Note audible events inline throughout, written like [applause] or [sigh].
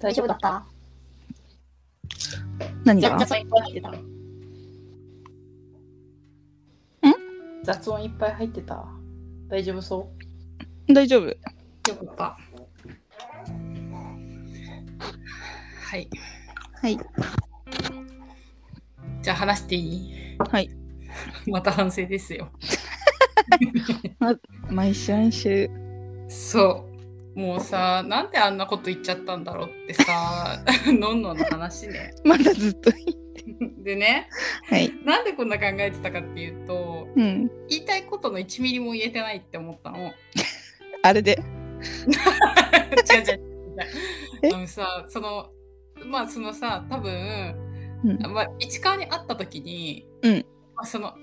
大丈夫だった何じゃが雑音いっぱい入ってた。ん雑音いっぱい入ってた。大丈夫そ大丈夫。よかった。はい。はい。じゃあ話していい [laughs] はい。また反省ですよ。毎週毎週。 [laughs] そう。もうさ、なんであんなこと言っちゃったんだろうってさ、 [laughs] のんのんの話ね。 [laughs] まだずっと。でね、はい。なんでこんな考えてたかっていうと、うん。言いたいことの1ミリも言えてないって思 [laughs] ったの。あれで。違う違う [laughs] 違えう。あのさ、その、まあそのさ、多分、うん。まあ、市川に会った時に、うんまあ、その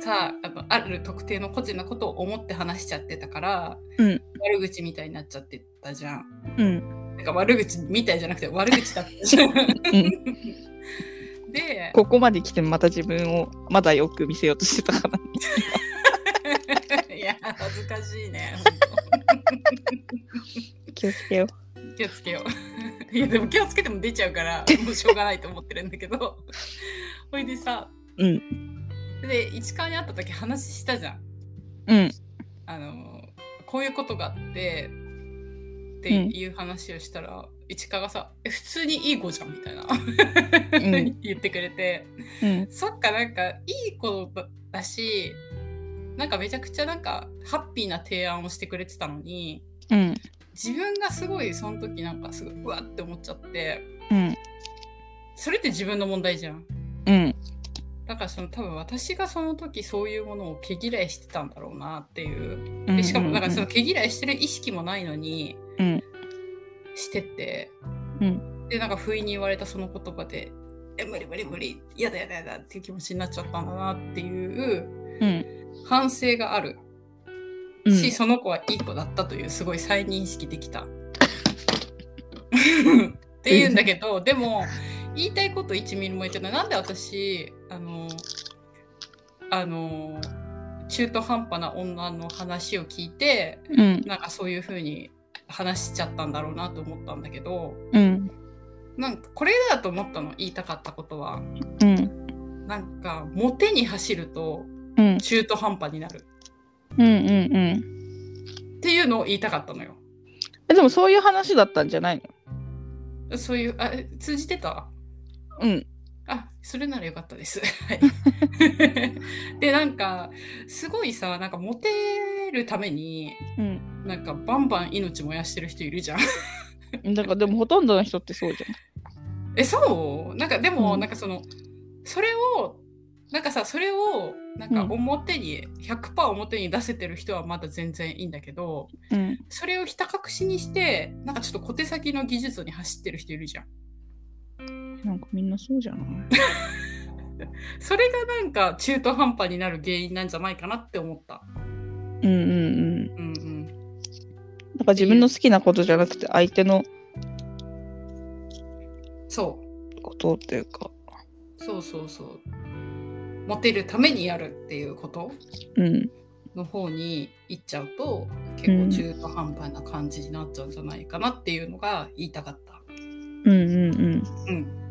さあのある特定の個人のことを思って話しちゃってたから、うん悪口みたいになっちゃってたじゃん。うん。なんか悪口みたいじゃなくて悪口だったじゃん。でここまで来てまた自分をまだよく見せようとしてたから。 [laughs] いや恥ずかしいね。気をつけよ本当気をつけよう。い [laughs] やでも気をつけても出ちゃ [laughs] うからもうしょうがないと思ってるんだけどほいでさう。うん。で市川に会った時話したじゃん。うん。あのこういうことがあってっていう話をしたら、市川がさ「え普通にいい子じゃん」みたいな、ん [laughs] 言ってくれてうん。そっかなんかいい子だしなんかめちゃくちゃなんかハッピーな提案をしてくれてたのにうん。自分がすごいその時なんかすごいうわって思っちゃってうん。それって自分の問題じゃん。うん。だからその多分私がその時そういうものを毛嫌いしてたんだろうなっていううでん。しかもなんかうその毛嫌いしてる意識もないのに、うんしてって、うでなんか不意に言われたその言葉で「え無理無理無理やだやだやだ」っていう気持ちになっちゃったんだなっていううん。反省があるうんし、その子はいい子だったというすごい再認識でき [laughs] た。っていうんだけどでも言いたいこと1ミリも言ってないなんで私あのあの中途半端な女の話を聞いてうん。なんかそういう風に話しちゃったんだろうなと思ったんだけどうん。なんかこれだと思ったの言いたかったことはうん。なんかモテに走るとうん。中途半端になるうん。うん。うん。っていうのを言いたかったのよえ、でもそういう話だったんじゃないのそういうあえ通じてたうん。あそれならよかったです。はい [laughs] でなんかすごいさなんかモテるためにうん。なんかバンバン命燃やしてる人いるじゃん。だからでもほとんどの人ってそうじえそうなんかでも、うんなんかそのそれをなんかさそれをなんかうん表に、100%表に出せてる人はまだ全然いいんだけどゃん。うん。それをひた隠しにしてなんかちょっと小手先の技術に走ってる人いるじゃんなんかみんなそうじゃないそれがなんか中途半端になる原因なんじゃないかなって思ったうんうんうん。うんうんだから自分の好きなことじゃなくて相手のそうことっていうか。そうそうそうモテるためにやるっていうことうん。の方に行っちゃうと結構中途半端な感じになっちゃうんじゃないかなっていうのが言いたかったうんうんうん。うん。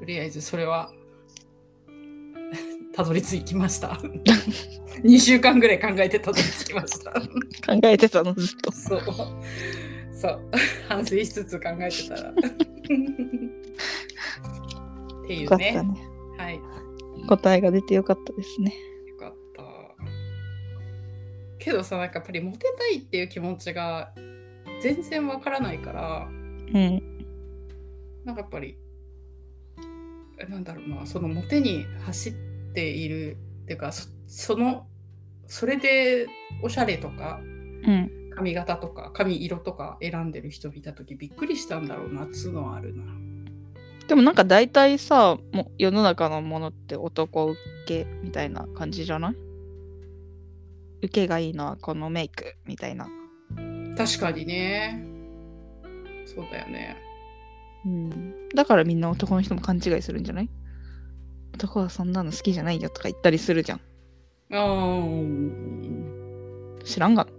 とりあえずそれはたどり着きました。2週間ぐらい考えてたどり着きま [laughs] した。考えてたのずっと。そう。そう。反省しつつ考えて [laughs] たら。っていよかうったね。ね。はい。よ答えが出てよかったですね。かった。けどさ、なんかやっぱりモテたいっていう気持ちが全然わからないかうら。ん。なんかやっぱりえなんだろうなそのモテに走っているっていうかそそのそれでおしゃれとかうん。髪型とか髪色とか選んでる人見た時びっくりしたんだろうなっつうのはあるな。でもなんか大体さ、もう世の中のものって男受けみたいな感じじゃない受けがいいのはこのメイクみたいな。確かにねそうだよね。うん。だからみんな男の人も勘違いするんじゃない男はそんなの好きじゃないよとか言ったりするじゃん。あーうん知らんがな。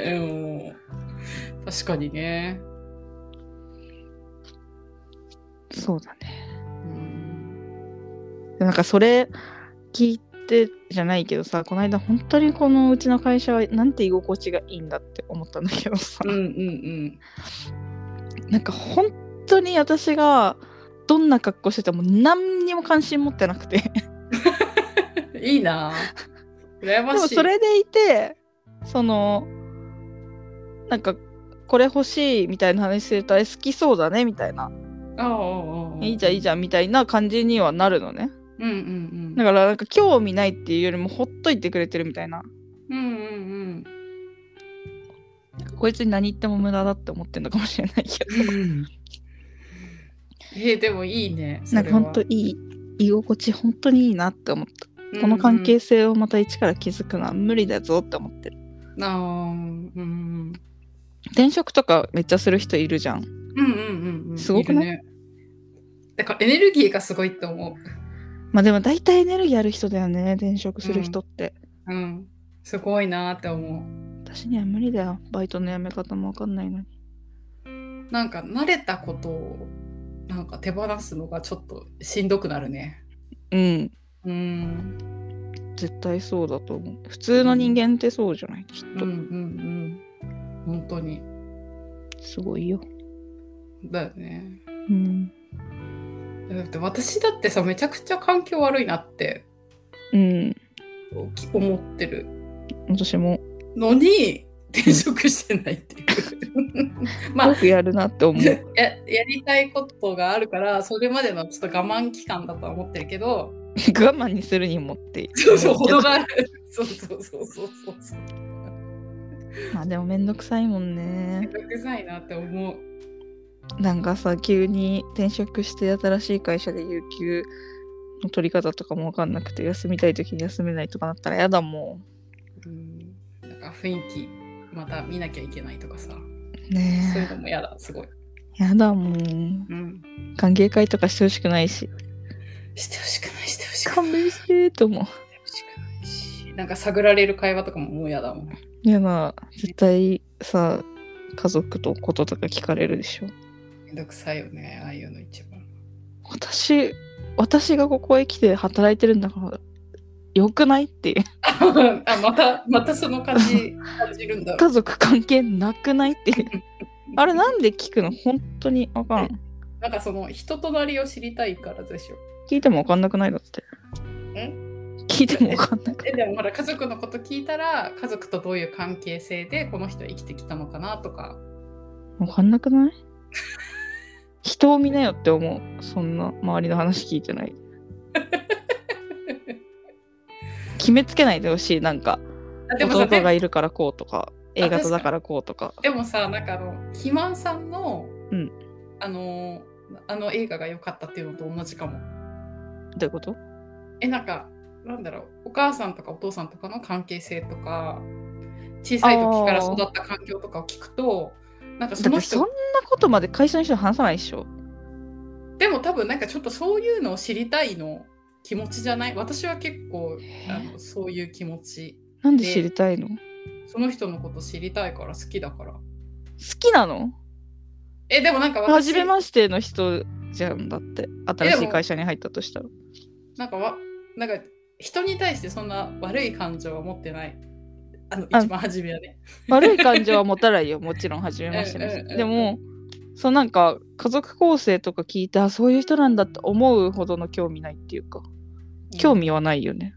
うん確確かにね。そうだね。うん。なんかそれ聞いてじゃないけどさ、この間本当にこのうちの会社はなんて居心地がいいんだって思ったんだけどさ、うんうんうん。なんか本当に私がどんな格好してても何にも関心持ってなくて、でいいな。羨ましい。もそれでいて、その、なんかこれ欲しいみたいな話すると、え好きそうだねみたいな、ああ、ああああいいじゃんいいじゃんみたいな感じにはなるのね。うんうんうん。だからなんか興味ないっていうよりもほっといてくれてるみたいな。うんうんこいつに何言っても無駄だって思ってんのかもしれないけど。うん。えー、でもいいね。なんか本当いい居心地本当にいいなって思った、当この関係性をまた一から築くのは無理だぞって思ってるああ、うんうん転職とかめっちゃする人いるじゃんうんうんうん。すごくないいるね。だからエネルギーがすごいと思まあでも大体エネルギーある人だよね転職する人って、う。うん。すごいなって思う。私には無理だよバイトの辞め方も分かんないのになんか慣れたことをなんか手放すのがちょっとしんどくなるね。うんうん。絶対そうだと思う普通の人間ってそうじゃないきっうんうと、んうん。本当に。すごいよだよね。うん、だって私だってさ、めちゃくちゃ環境悪いなってうん、思ってる私ものに転職してないっていう。まあよくやるなって思う、[laughs] [laughs] ややりたいことがあるからそれまでのちょっと我慢期間だとは思ってるけど我慢にするにもってそうそう程があるそうそうそうそうそうそう [laughs] まあでもめんどくさいもんねめんどくさいなって思うなんかさ急に転職して新しい会社で有給の取り方とかも分かんなくて休みたい時に休めないとかなったらやだもうんなんか雰囲気また見なきゃいけないとかさんそういうねのも嫌だすごい、えやだもんうん、歓迎会とかしてほしくないししてほしくないしてほしくない勘弁してーと思うしてほしくないしなんか探られる会話とかももう嫌だもんやだ絶対さ家族とこととか聞かれるでしょめんどくさいよねああいうの一番私私がここへ来て働いてるんだからよくないっていう [laughs] あまたまたその感じ感じるんだ家族関係なくないっていうあれなんで聞くの本当に分からんなんかその人となりを知りたいからでしょ聞いても分かんなくないだって聞いても分かんなく [laughs] ないえでもほら家族のこと聞いたら家族とどういう関係性でこの人は生きてきたのかなとかわかんなくない人を見なよって思う。そんな周りの話聞いてない。決めつけないでほしい。なんか、あでもさ弟でがもいるからこうとか、か A 型だからこうとか。でもさなんかあの肥満さんの、うんあのあの映画が良かったっていうのと同じかもどういうことえなんかなんだろうお母さんとかお父さんとかの関係性とか小さい時から育った環境とかを聞くとなんかそだっのてそん人なことまで会社の人に話さないでしょ。でも多分なんかちょっとそういうのを知りたいの気持ちじゃない私は結構あのそういう気持ちなんで知りたいの好その人のこと知りたいから好きだからきなのえでもなんか初私めましての人じゃんだって。新しい会社に入ったとしたら。なんかわなんか人に対してそんな悪い感情は持ってないあのあ一番初めはね [laughs] 悪い感情は持たないよもちろん初めましてのうんうんう人んでもそうなんか家族構成とか聞いてあそういう人なんだって思うほどの興味ないっていうか興味はないよね、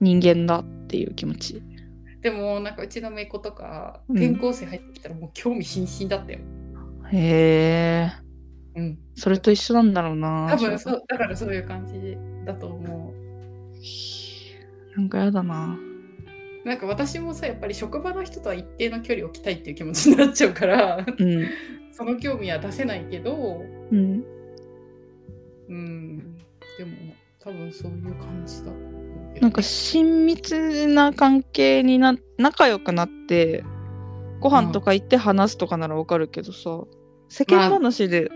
人間だっていう気持ちうんでもなんかうちの姪っ子とかうん転校生入ってきたらもう興味津々だったよ、へえうん、それと一緒なんだろうな多分そそうだからそういう感じだと思うなんかやだななんか私もさやっぱり職場の人とは一定の距離を置きたいっていう気持ちになっちゃうから [laughs] うんその興味は出せないけどうんうんでも多分そういう感じだと思うけどなんか親密な関係にな仲良くなってご飯とか行って話すとかならわかるけどさ、世間話で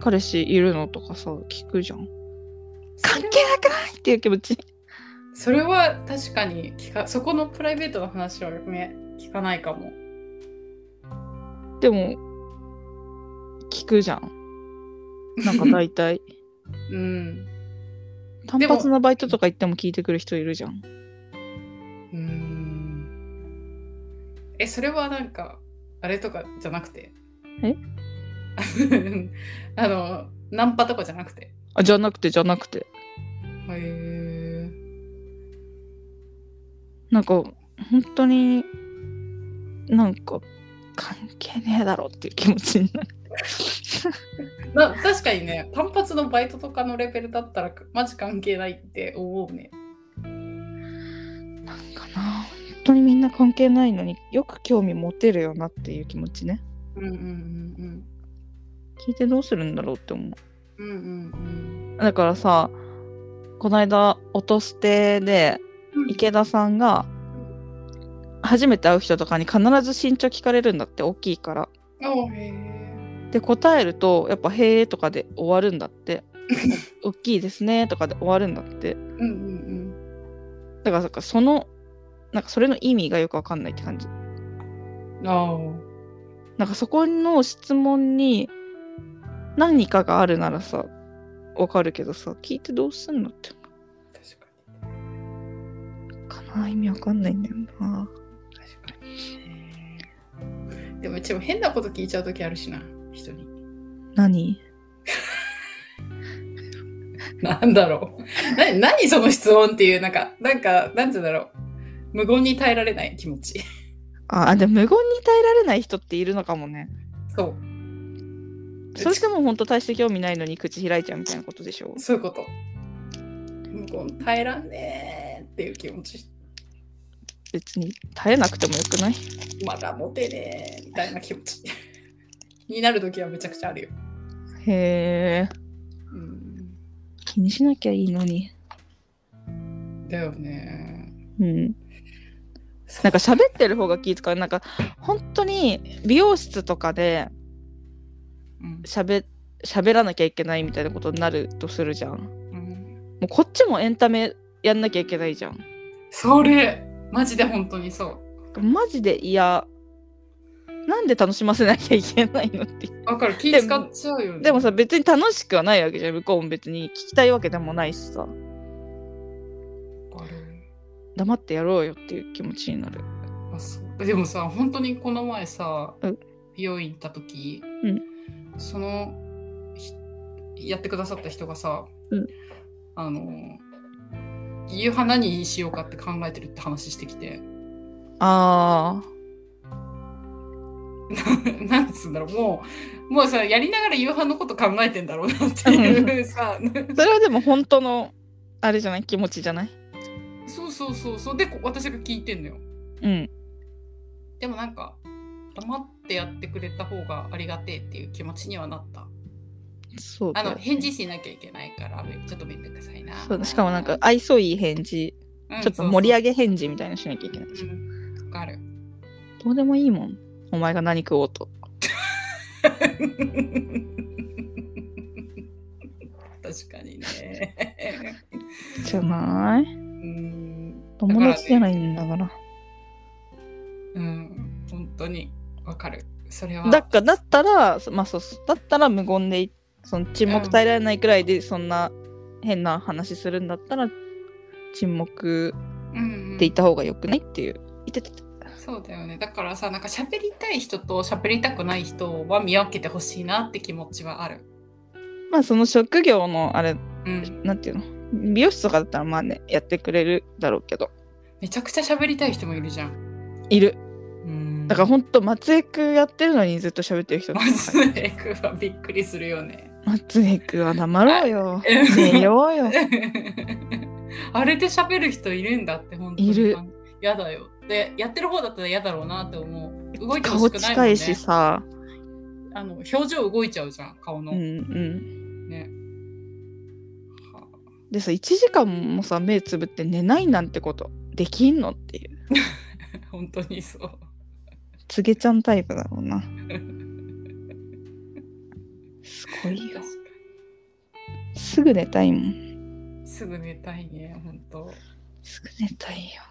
彼氏いるのとかさ聞くじゃん、関係なくないっていう気持ちそれは確かに聞かそこのプライベートの話はね聞かないかもでも聞くじゃんなんか大 [laughs] 体うん。単発のバイトとか行っても聞いてくる人いるじゃんうん。え、それはなんか、あれとかじゃなくて。え [laughs] あの、ナンパとかじゃなくて。あじゃなくてじゃなくてへえ。なんか本当になんか関係ねえだろっていう気持ちになるな確かにね、単発のバイトとかのレベルだったら、マジ関係ないって思うね。なんかな本当にみんな関係ないのによく興味持てるよなっていう気持ちねうんうんうん聞いてどうするんだろうって思ううん。うんうんだからさこの間「音捨て」でうん。池田さんが初めて会う人とかに必ず身長聞かれるんだって大きいから。おへえ。で答えるとやっぱ「へえ」とかで終わるんだって「お大きいですね」とかで終わるんだってうんうんだからなんかそのなんかそれの意味がよくわかんないって感じうん。ああ。なんかそこの質問に何かがあるならさわかるけどさ聞いてどうすんのって確かかな意味わかんないんだよなに。確かにね。でも、うちも変なこと聞いちゃうときあるしな、人に。何なんだろう。な何その質問っていう、なんか、なんか、なんて言うんだろう。無言に耐えられない気持ち。ああでも無言に耐えられない人っているのかもねそう。それでも本当大して興味ないのに口開いちゃうみたいなことでしょそういうこと。無言耐えらんねーっていう気持ち。別に耐えなくてもよくないまだモテねえみたいな気持ちになる時はめちゃくちゃあるよ。へえうん、気にしなきゃいいのにだよね。うんなんか喋ってる方が気使うなんか本当に美容室とかでうん喋喋らなきゃいけないみたいなことになるとするじゃんもうん、うこっちもエンタメやんなきゃいけないじゃんそれマジで本当にそマジで嫌なんで楽しませなきゃいけないのってう。わかる気使っちゃうよね。でもさ別に楽しくはないわけじゃん向こうも別に聞きたいわけでもないしさわかる黙ってやろうよっていう気持ちになるあそうでもさ本当にこの前さ、うん美容院行った時、うんそのひやってくださった人がさ、うんあの夕飯何にしようかって考えてるって話してきて。 [laughs] あなんつうんだろう、もう、もうさ、やりながら夕飯のこと考えてんだろうなっていう [laughs] あさ、それはでも本当のあれじゃない気持ちじゃないそうそうそうそう、で、こ私が聞いてんのよ。うんでもなんか、黙ってやってくれた方がありがてえっていう気持ちにはなった。そうあだよの、返事しなきゃいけないから、めちょっとめんどくさいな。そうだしかもなんか、愛想いい返事うんちょっと盛り上げ返事みたいなのしなきゃいけないそうそううんわかる。 [laughs] どうでもいいもんお前が何食おうと確かにね。じゃないうーん、友達じゃないんだからだ,、うん、本当にわかる。それは。かだったらまあそうそうだったら無言でいその沈黙耐えられないくらいでそんな変な話するんだったら沈黙うんうんでいた方がよくないっていういてててそうだよねだからさなんか喋りたい人と喋りたくない人は見分けてほしいなって気持ちはある。まあその職業のあれうん、なんていうの美容室とかだったらまあねやってくれるだろうけどめちゃくちゃ喋りたい人もいるじゃん。いるうんだからほんと松江区やってるのにずっと喋ってる人とか松 [laughs] 江君はびっくりするよね。。松江くんは黙ろうよえ寝ようよ。あれで喋る人いるんだって本当にいるやだよでやってる方だったら嫌だろうなって思う [laughs] 動いてほ顔しくないも近ん、ね、いしさ。あの表情動いちゃうじゃん顔の、うんうん。ねはあでさ、1時間もさ、目つぶって寝ないなんてことできんのっていう。本当にそうつげちゃんタイプだろう [laughs] な。すごいよ。すぐ寝たいもん。すぐ寝たいね、本当。すぐ寝たいよ。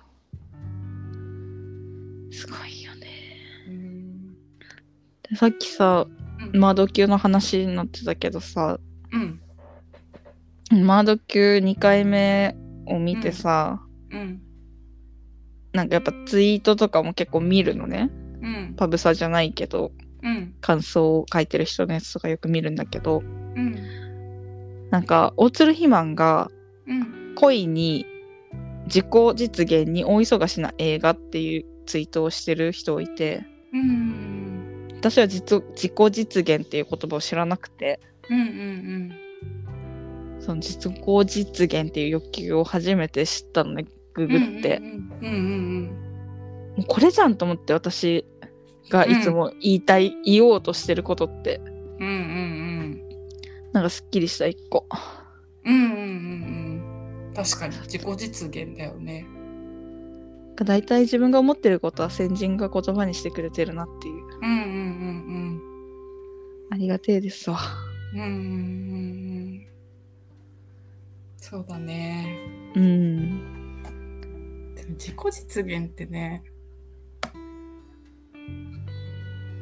すごいよね。うん。でさっきさうんマード級の話になってたけどさうんマード級2回目を見てさ、うんなんかやっぱツイートとかも結構見るのねうんパブサじゃないけどうん感想を書いてる人のやつとかよく見るんだけどうんなんか大鶴ひまんがうん恋に自己実現に大忙しな映画っていうツイートをしてる人いてうんうん私は実自己実現っていう言葉を知らなくてうんうんその自己実現っていう欲求を初めて知ったのねググって、うんうんもうこれじゃんと思って私がいつも言いたい、言おうとしてることってうんうんうんなんかすっきりした一個うんうんうんうん確かに自己実現だよねだいたい自分が思ってることは先人が言葉にしてくれてるなっていううんうんうんありがてえですわうんうんうんうんそうだねうんでも自己実現ってね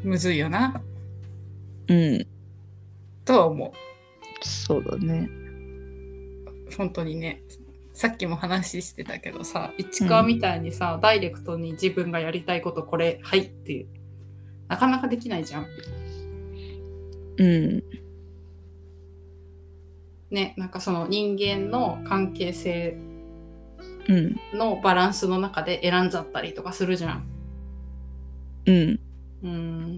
むずいよなうんとは思うそうだね本当にねさっきも話してたけどさ市川みたいにさ、ダイレクトに自分がやりたいことこれはいっていうなかなかできないじゃんうんねなんかその人間の関係性うんのバランスの中で選んじゃったりとかするじゃんうんうん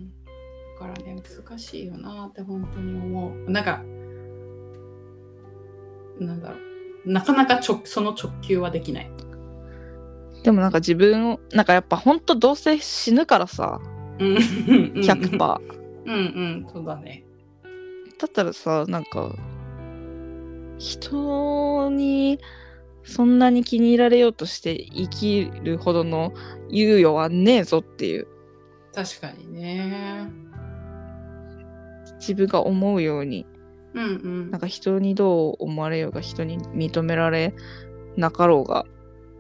だからね難しいよなって本当に思うなんかなんだろうなかなか直その直球はできないでもなんか自分をなんかやっぱほんとどうせ死ぬからさうん100%だうんうんそうだねったらさなんか人にそんなに気に入られようとして生きるほどの猶予はねえぞっていう確かにね自分が思うようにうんうんなんか人にどう思われようが人に認められなかろうが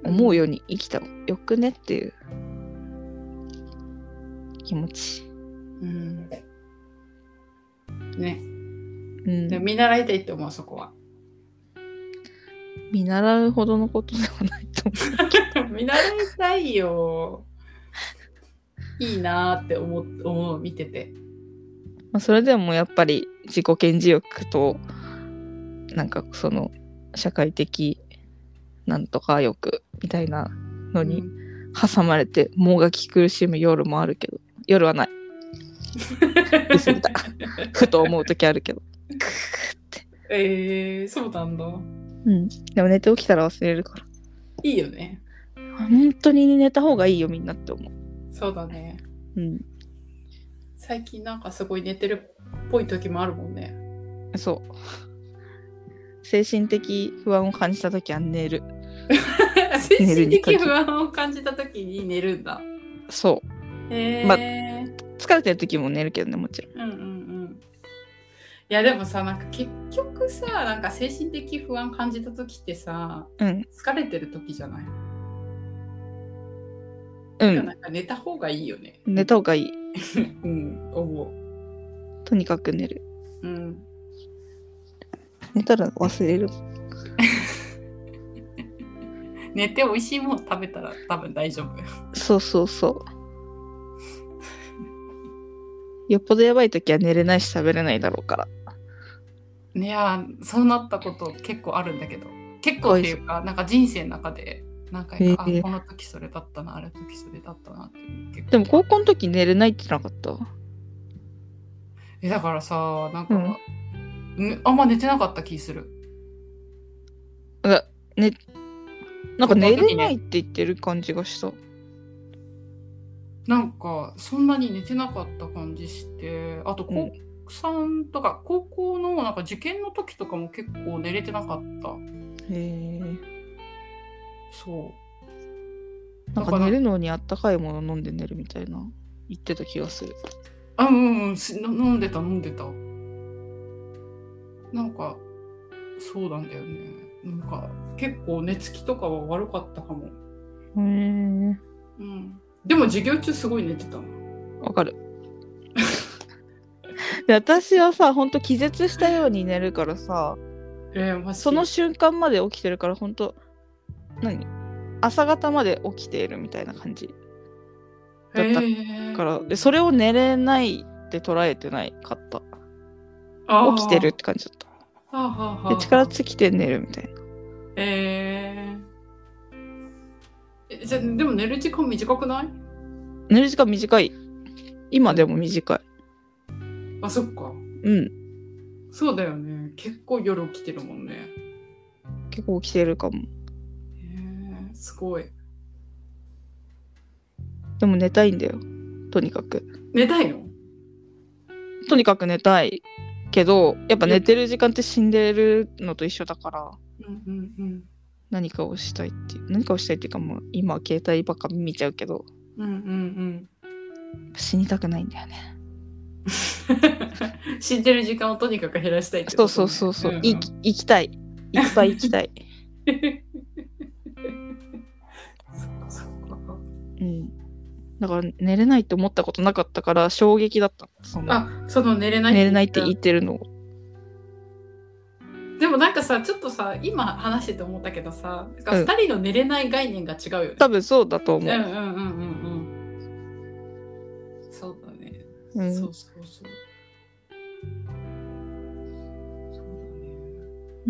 思うように生きたよくねっていう気持ち。うんね、うん、でも見習いたいって思うそこは [laughs] 見習うほどのことではないと [laughs] 思見習いたいよいいなーって思う思う見ててう。まあ、それでもやっぱり自己顕示欲となんかその社会的なんとか欲みたいなのにうん挟まれてもがき苦しむ夜もあるけど夜は [laughs] ない言い過ぎたふと思う時あるけど。 [laughs] えー、そうなんだうん、でも寝て起きたら忘れるから。いいよね本当に寝た方がいいよみんなって思そうだねう、うん、最近なんかすごい寝てるっぽい時もあるもん [laughs] ねそう精神的不安を感じた時は寝る精寝る神に限る的不安を感じた時に寝るんだそえーまう疲れてる時も寝るけどねもちろんうんうんうんいやでもさなんか結局さなんか精神的不安感じた時ってさうん疲れてる時じゃない、うなんんかなんか寝た方がいいよね寝た方がいいうん思とにかく寝るううん寝たら忘れる寝て美味しいもの食べたら多分大丈夫そうそうそう [laughs] よっぽどやばい時は寝れないし食べれないだろうからいやーそうなったこと結構あるんだけど結構っていうかなんか人生の中で何回か、へーあこの時それだったなあれ時それだったなっていうの結構でも高校の時寝れないってなかったえだからさなんか、うんねあんま寝てなかった気するなんか寝れないって言ってる感じがしたなんかそんなに寝てなかった感じしてあとう高ん3とか高校のなんか受験の時とかも結構寝れてなかったへえそなんか寝るのにあったかいもの飲んで寝るみたいな言ってた気がする。うあうんうんす飲飲んでた飲んでたなんかそうなんだよねなんか結構寝つきとかは悪かったかも、へえ。うん、でも授業中すごい寝てたなわかる。 [laughs] で私はさほんと気絶したように寝るからさえー、マジその瞬間まで起きてるからほんと何朝方まで起きているみたいな感じだったかえらでそれを寝れないって捉えてないかったー起きてるっ。て感じだっあーはあはあたはであ力尽きて寝るみたいなえーえじゃあでも寝る時間短くない寝る時間短い今でも短いあそっかうんそうだよね結構夜起きてるもんね結構起きてるかもえー、すごいでも寝たいんだよとにかく寝たいのとにかく寝たいけどやっぱ寝てる時間って死んでるのと一緒だからうんうんうん何かをしたいっていう何かをしたいっていうかもう今は携帯ばっか見ちゃうけどうんうん死にたくないんだよねうん死んでる時間をとにかく減らしたいってそうそうそうそう、いきき生きたいいっぱい生きた [laughs] い、そっかそっかうん、だから寝れないって思ったことなかったから衝撃だったそのあその寝れない寝れないって言言っってるのたでもなんかさちょっとさ今話してて思ったけどさなんかうん2人の寝れない概念が違うよね、多分そうだとう思んうんう、うんうんうんそうだね、うそんうそうそうそうだね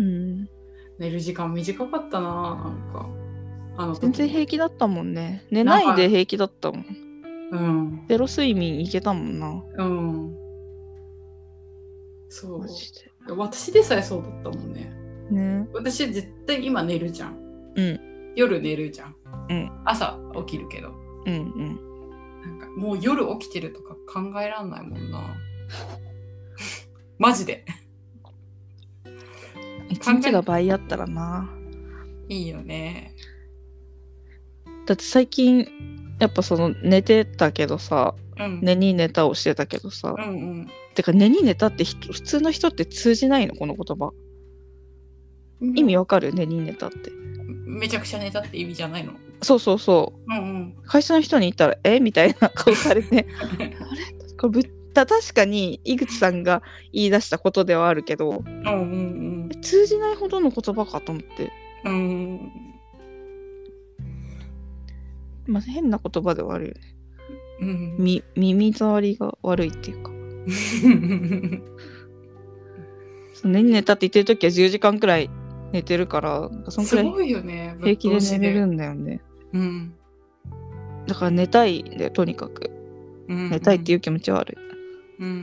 うん、寝る時間短かったななんかあの時全然平気だったもんね寝ないで平気だったもんうんゼロ睡眠いけたもんなうんそうマジで私でさえそうだったもんねね私絶対今寝るじゃん、うん夜寝るじゃん、うん朝起きるけどうんうんなんかもう夜起きてるとか考えらんないもんな [laughs] マジで一日が倍あったらないいよねだって最近やっぱその寝てたけどさうん、寝に寝たをしてたけどさ、うんうんてか寝に寝たってひ普通の人って通じないのこの言葉意味わかる寝に寝たってめちゃくちゃ寝たって意味じゃないのそうそうそううんうん会社の人に言ったらえみたいな顔されてあれこれぶった確かに井口さんが言い出したことではあるけどうんうん通じないほどの言葉かと思って、うんうんまあ、変な言葉ではあるよねうんみ耳障りが悪いっていうかその寝に寝たって言ってる時は10時間くらい寝てるからなんかそんくすらいごいよね平気でぶっ通し寝れるんだよねうんだから寝たいんだよとにかくうん寝たいっていう気持ちはあるうんうん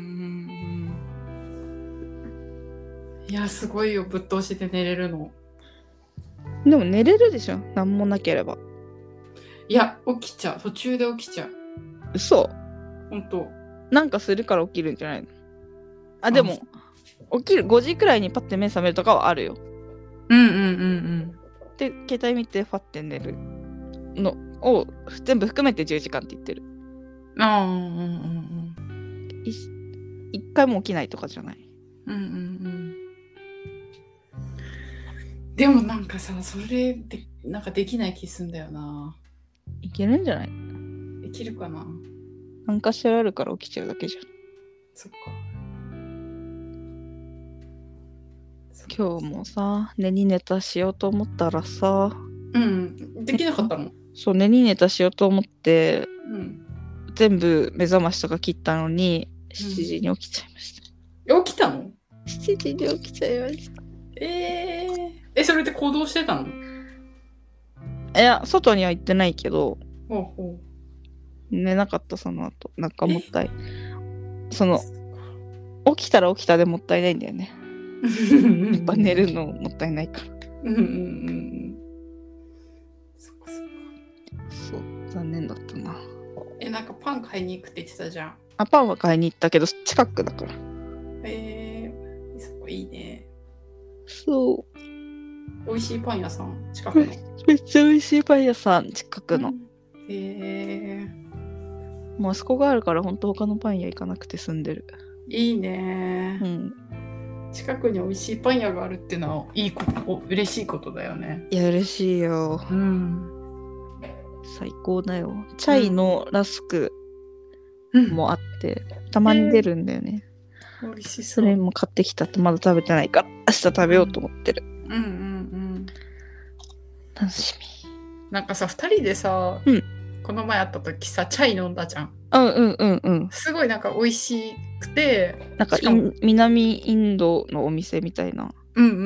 うんいやすごいよぶっ通しで寝れるのでも寝れるでしょ何もなければいや起きちゃう途中で起きちゃう嘘ほんとなんかするから起きるんじゃないのあでも起きる5時くらいにパッて目覚めるとかはあるようんうんうんで携帯見てファッて寝るのを全部含めて10時間って言ってるうんああうんうんうんい一回も起きないとかじゃないうんうんうんでもなんかさそれでなんかできない気すんだよないけるんじゃないできるかな何かしらあるから起きちゃうだけじゃんそっかそっか今日もさ寝にネタしようと思ったらさうんできなかったもんそう寝にネタしようと思ってうん全部目覚ましとか切ったのに7時に起きちゃいました、起きたの7時に起きちゃいましえー、えそれって行動してたのたいや外には行ってないけどほうほ寝なかったその後なんかもったいそ [laughs] の起きたら起きたでもったいないんだよねうやっぱ寝るのもったいないからうんうんうんうんそっかそっかそう残念だったなえなんかパン買いに行くって言ってたじゃんあパンは買いに行ったけど近くだからえー、そこいいねそ美味しいパン屋さん近くのうめっちゃ美味しいパン屋さん近くの、えー、もうあそこがあるから本当他のパン屋行かなくて済んでるいいねうん近くに美味しいパン屋があるってのはいいことお嬉しいことだよねいや嬉しいようん最高だよチャイのラスクうんもあって、たまに出るんだよね、美味しそ。そうれうんも買ってきたってまだ食べてないから明日食べようと思ってる、うんうん。楽しみなんかさ、二人でさ、うんこの前会った時さ、チャイ飲んだじゃん。うんうんうんうんすごいなんか美味しくて、なんかしイかもン南インドのお店みたいなうんうんう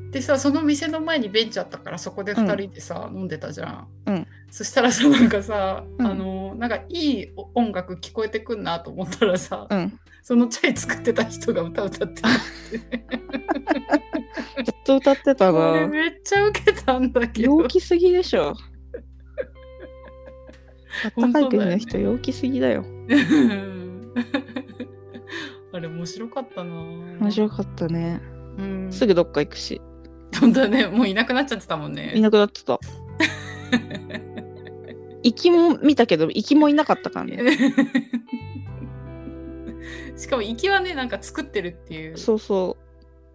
ん。でさ、その店の前にベンチあったから、そこで二人でさ、飲んでたじゃん。うんそしたらさ、なんかさ、うんあの、なんかいい音楽聞こえてくんなと思ったらさ、うんそのチャイ作ってた人が歌歌ってた。ずっと歌ってたこれなめっちゃウケたんだけど。 [laughs] 陽気すぎでしょあったかい国の本当人陽気すぎだようんあれ面白かったな。面白かったねうん。すぐどっか行くし本当だね、もういなくなっちゃってたもんいね。なくなってた行きも見たけど行きもいなかったからね [laughs] しかも行きはね、なんか作ってるっていう、そうそ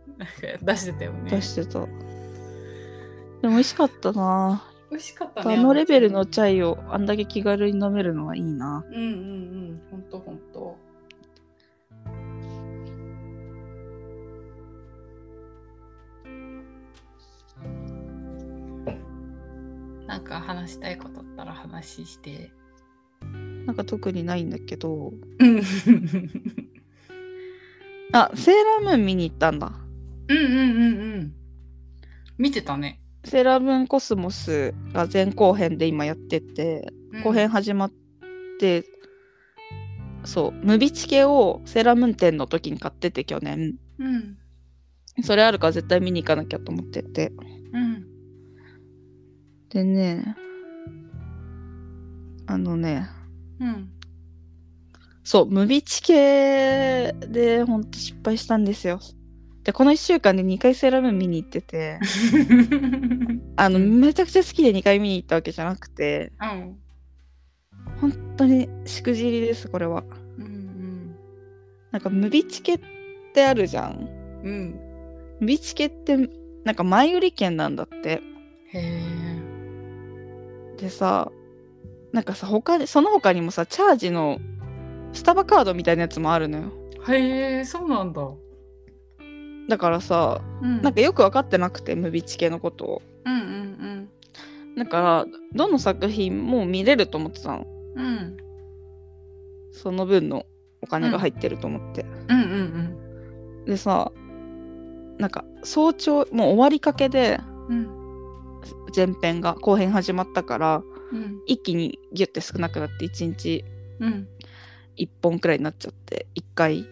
うなんか出してたよね。出してた。でも美味しかったな。美味しかったあね。のレベルのチイ。ャイをあんだけ気軽に飲めるのはいいな。うんうんうん、本当本当。なんか話したいことあったら話して。なんか特にないんだけど。うんうんあ、セーラームーン見に行ったんだ。うんうんうん。見てたね。セーラームーンコスモスが前後編で今やってて、うん後編始まって、そう、ムビチケをセーラームーン店の時に買ってて去年。うんそれあるから絶対見に行かなきゃと思ってて。うんでね、あのね、うん。そう、ムビチ系でほんと失敗したんですよ。で、この1週間で2回セーラームーン見に行ってて、あの、うんめちゃくちゃ好きで2回見に行ったわけじゃなくて、うん本当にしくじりです、これは。うんなんか、ムビチ系ってあるじゃん。うんうん。ムビチ系って、なんか前売り券なんだって。へえ。でさ、なんかさ、他で、その他にもさ、チャージのスタバカードみたいなやつもあるのよ。へえ、そうなんだ。だからさ、うんなんかよく分かってなくて、ムビチ系のことを。うんうんだからどの作品も見れると思ってたのうんうんその分のお金が入ってると思って、うんうんでさなんか早朝もう終わりかけでうんうん前編が後編始まったからうん一気にギュッて少なくなって1日うん1本くらいになっちゃって1回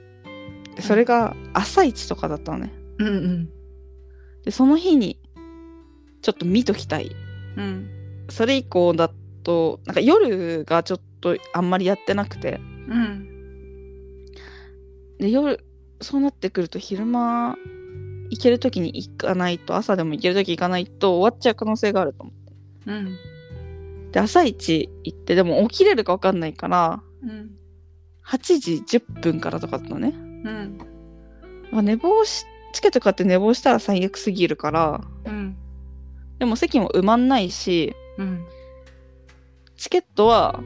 でそれが朝一とかだったのねうんうんでその日にちょっと見ときたいうんそれ以降だとなんか夜がちょっとあんまりやってなくてうんで夜そうなってくると昼間行ける時に行かないと朝でも行ける時行かないと終わっちゃう可能性があると思ってうんで朝一行ってでも起きれるか分かんないからうん8時10分からとかだったのね、うんまあ、寝坊しチケット買って寝坊したら最悪すぎるからうんでも席も埋まんないしうんチケットは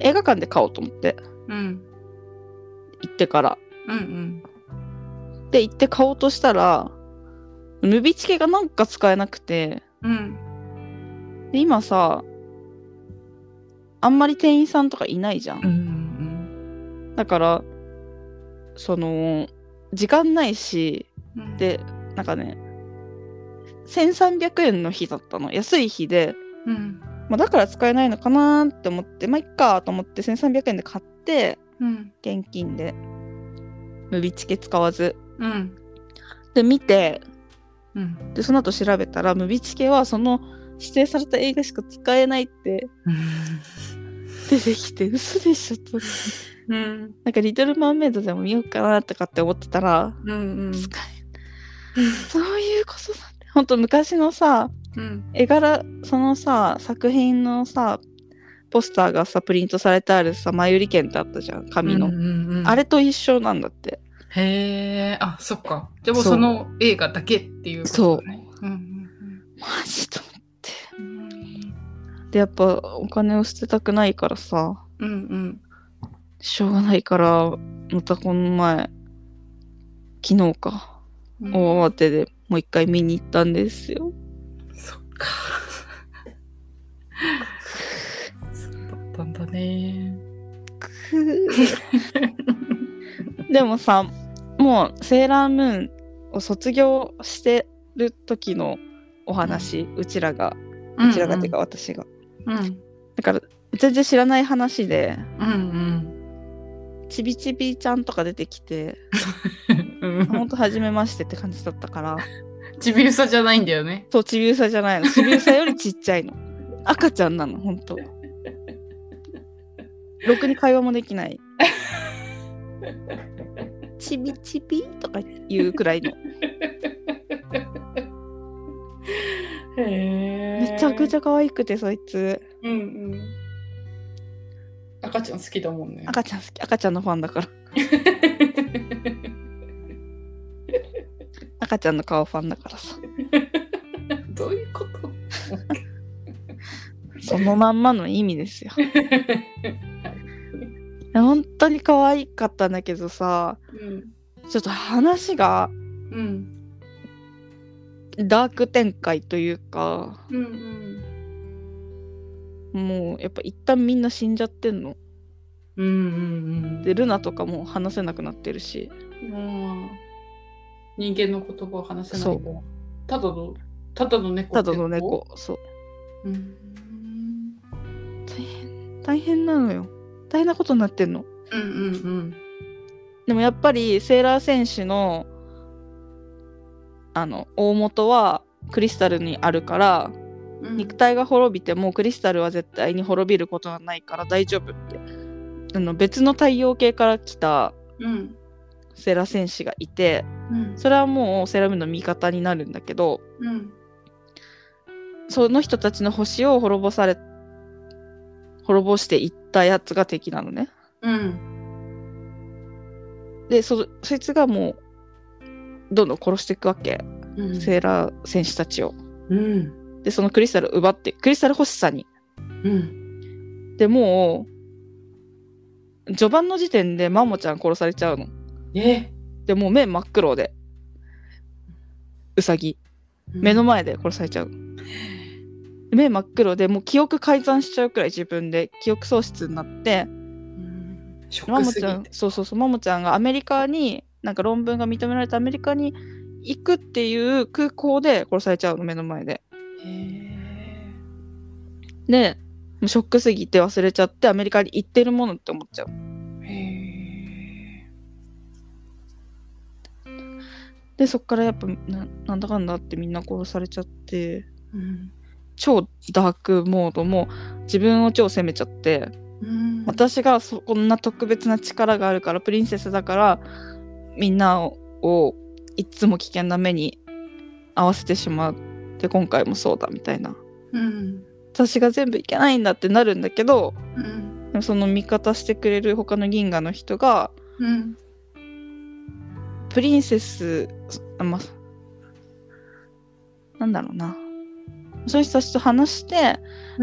映画館で買おうと思ってうん行ってからうんで行って買おうとしたらムビチケがなんか使えなくてうんで今さあんまり店員さんとかいないじゃん、うんだからその時間ないしうんでなんかね1300円の日だったの安い日で、うんまあ、だから使えないのかなーって思ってまあいっかと思って1300円で買ってうん現金でムビチケ使わずうんで見てうんでその後調べたらムビチケはその指定された映画しか使えないって出てきて嘘でしょとうんなんか「リトル・マーメイド」でも見ようかなとかって思ってたら、うん使えそういうことなんだほんと昔のさうん絵柄そのさ作品のさポスターがさプリントされてあるさ前売り券ってあったじゃん紙の、うんうんうんあれと一緒なんだってへえあそっかでもそうその映画だけっていうことだねうんマジとうんでやっぱお金を捨てたくないからさうんうんうんしょうがないから、またこの前、昨日か、うん大慌てでもう一回見に行ったんですよ。そっか。そうだったんだね。でもさ、もうセーラームーンを卒業してる時のお話、うちらが、うちらがっていうか私が。うん。だから、全然知らない話で、うんうん。ちびちびちゃんとか出てきて、うんほんと初めましてって感じだったから、ちびうさじゃないんだよね。そう、ちびうさじゃないの。ちびうさよりちっちゃいの。赤ちゃんなの、ほんと。ろくに会話もできない。ちびちびとか言うくらいの。へえめちゃくちゃ。ゃ可愛くて、そいつ。うんうん。赤ちゃん好きだもんね。赤ちゃん好き、赤ちゃんのファンだから。赤ちゃんの顔ファンだからさ。 [laughs] どういうこと [laughs] そのまんまの意味ですよ。本当に可愛かったんだけどさ、うん。ちょっと話がうん。ダーク展開というか、うんうん。もうやっぱ一旦みんな死んじゃってんの。うんうんで、ルナとかもう話せなくなってるし、うん。もう人間の言葉を話せないそうからただの、ただの猫たってだことの。猫、そう。うん。大変、大変なのよ。大変なことになってんの。うんうんでもやっぱりセーラー戦士の、あの、大元はクリスタルにあるから、うんうん。肉体が滅びてもクリスタルは絶対に滅びることはないから大丈夫ってあの別の太陽系から来たうん。セラ戦士がいてうん。それはもうセラムの味方になるんだけどうん。その人たちの星を滅ぼされ滅ぼしていったやつが敵なのねうん。でそそいつがもうどんどん殺していくわけ、うん。セーラー戦士たちをうん。でそのクリスタルを奪ってクリスタル欲しさにうん。でもう序盤の時点でマモちゃん殺されちゃうのえでもう目真っ黒でウサギ目の前で殺されちゃう、目真っ黒でもう記憶改ざんしちゃうくらい自分で記憶喪失になってうんショマックモすちぎゃんて。そうそうそうマモちゃんがアメリカになんか論文が認められたアメリカに行くっていう空港で殺されちゃうの目の前でへでもうショックすぎて忘れちゃってアメリカに行ってるものって思っちゃうーへでそっからやっぱななんだかんだあってみんな殺されちゃってーうん超ダークモードも自分を超責めちゃってうん私がそこんな特別な力があるからプリンセスだからみんなををいつも危険な目に合わせてしまって今回もそうだみたいなうん私が全部いけないんだってなるんだけどうんでもその味方してくれる他の銀河の人がうんプリンセスあまあなんだろうなそういう人たちと話して、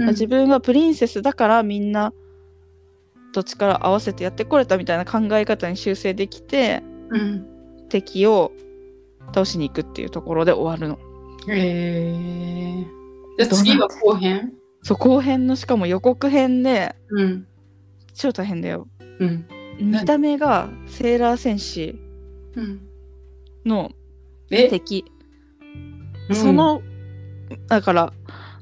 自分がプリンセスだからみんなと力合わせてやってこれたみたいな考え方に修正できてうん敵を倒しに行くっていうところで終わるの。へーじゃあ次は後編そう後編のしかも予告編でうん超大変だよ。うん見た目がセーラー戦士うんのえ敵。そのだから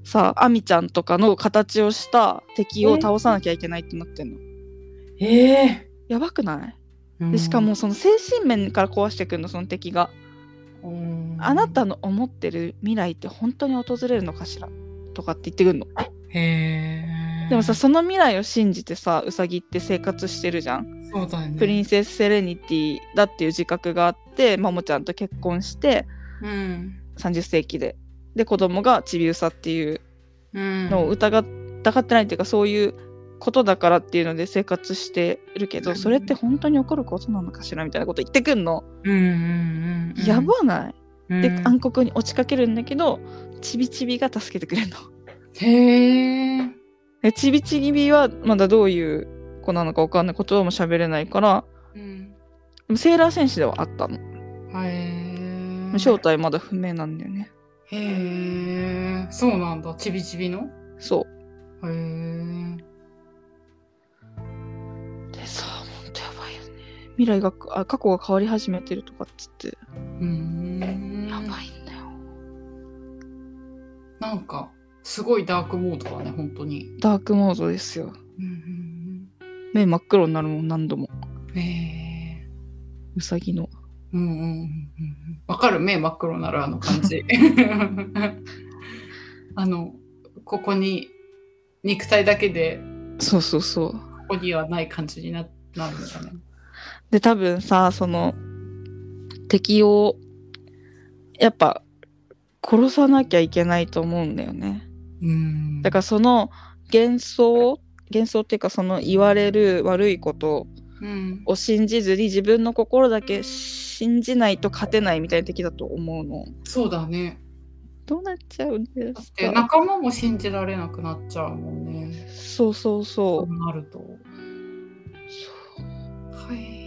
さアミちゃんとかの形をした敵を倒さなきゃいけないってなってんの。えやばくないーでしかもその精神面から壊してくるのその敵が。うんあなたの思ってる未来って本当に訪れるのかしらとかって言ってくるの。へーでもさその未来を信じてさウサギって生活してるじゃん。そうだよねプリンセス・セレニティだっていう自覚があってマモちゃんと結婚してうん30世紀で。で子供がチビウサっていううんのを疑っ疑ってないっていうかそういうことだからっていうので生活してるけどそれって本当に起こることなのかしらみたいなこと言ってくんの。うんうんうんやばないうんで暗黒に落ちかけるんだけどちびちびが助けてくれるの。へえでちびちびはまだどういう子なのかわかんない言葉も喋れないからうん。でもセーラー戦士ではあったのはい。へ正体まだ不明なんだよねえ。そうなんだ。ちびちびの。そへえ。うでさほんとやばいよね未来があ過去が変わり始めてるとかっつってうん。やばいんだよなんか、すごいダークモードだね、本当に。ダークモードですようん目真っ黒になるもん何度もうんうん。へえ。うさぎのうんうんうんうん。わかる目真っ黒なるあの感 [laughs] じ。あの、ここに、肉体だけで、そうそうそうここにはない感じにななるんだね。で多分さその敵をやっぱ殺さなきゃいけないと思うんだよねうん。だからその幻想幻想っていうかその言われる悪いことら、うん。を信じずに自分の心だけ信じないと勝てないみたいな敵だと思うのそうだね。どうなっちゃうんでだっすてか仲間も信じられなくなっちゃうもんね。そうそうそそうなると。うはい。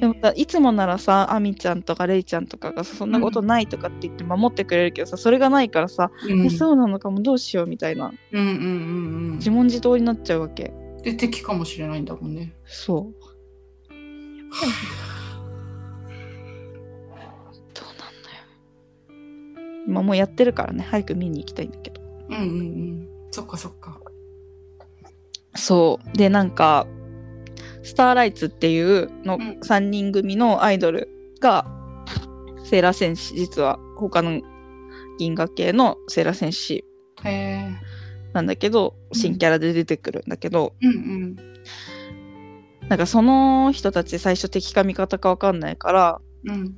でもさいつもならさアミちゃんとかレイちゃんとかがさそんなことないとかって言って守ってくれるけどさそれがないからさ、うん、えそうなのかもどうしようみたいなうんうんうん自問自答になっちゃうわけうん。で敵かもしれないんだもんね。 [sighs] そうどうなんだよまあもうやってるからね早く見に行きたいんだけどうんうんうん。そっかそっか。そうでなんかスターライツっていうのん3人組のアイドルが、セーラー戦士実は他の銀河系のセーラー戦士へえ。なんだけど新キャラで出てくるんだけど、うんなんかその人たち最初敵か味方か分かんないからうん。うん。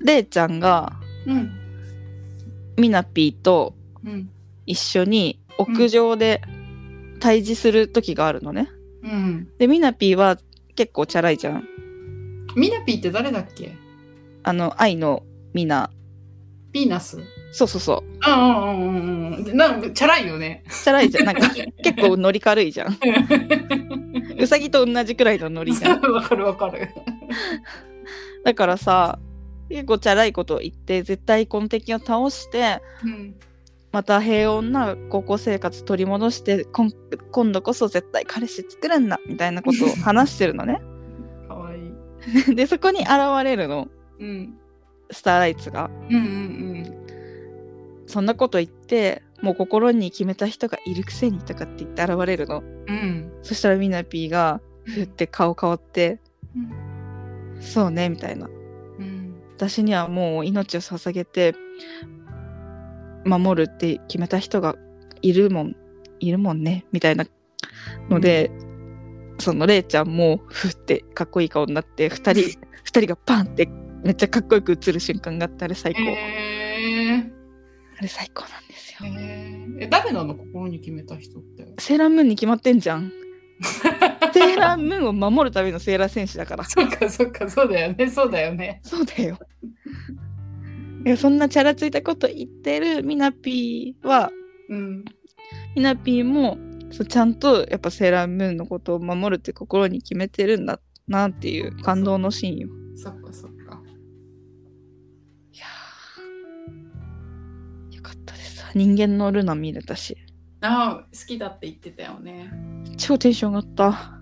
レイちゃんがうん。ミナピーとうん。一緒に屋上で対峙する時があるのね。うん。でミナピーは結構チャラいじゃん。ミナピーって誰だっけあの愛のミナヴィーナス。そうそうそううんうんうんうんうん。でなんかチャラいよね。チャラいじゃんなんか結構ノリ軽いじゃん。うさぎと同じくらいのノリじゃん。わかるわかる。だからさ結構チャラいことを言って絶対この敵を倒してうん。また平穏な高校生活取り戻してこん今度こそ絶対彼氏作るんだみたいなことを話してるのね。かわいい。でそこに現れるのうん。スターライツが。うんうんそんなこと言ってもう心に決めた人がいるくせにとかって言って現れるのうん。うん。そしたらミナピーがふって顔変わってうん。 「そうね」みたいなうん。 「私にはもう命を捧げて守るって決めた人がいるもんいるもんね」みたいなので、そのレイちゃんもふってかっこいい顔になって二 [laughs] 人二人がパンってめっちゃかっこよく映る瞬間があってあれ最高、へえ。あれ最高なんですよへーえ誰なの心に決めた人って。セーラームーンに決まってんじゃんセーラームーンを守るためのセーラー戦士だから。そっかそっかそうだよねそうだよね。そうだよ。いやそんなチャラついたこと言ってるミナピーは、うんミナピーもそうちゃんとやっぱセーラームーンのことを守るって心に決めてるんだなっていう感動のシーンよ。そっかそっか。いやーよかったです。人間のルナ見れたし、あー好きだって言ってたよね。超テンション上がった。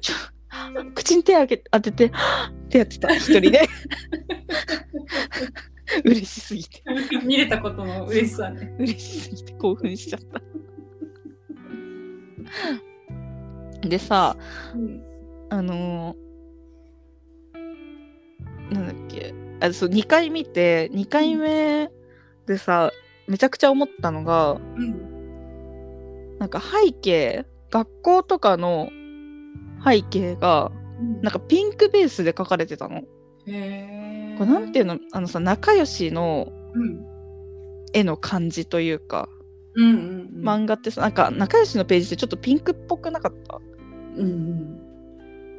ちょ口に手あけ当てて、 [gasps] ってやってた、一人で。嬉しすぎて。見れたことの嬉しさね。嬉しすぎて興奮しちゃった。でさ、うんあのーなんだっけあそう2回見て2回目でさめちゃくちゃ思ったのがうんなんか背景学校とかの背景がなんかピンクベースで描かれてたの。へえ。これなんていうのあのさ仲良しのうん絵の感じというかうんうんうん。漫画ってさなんか仲良しのページってちょっとピンクっぽくなかったうんうん。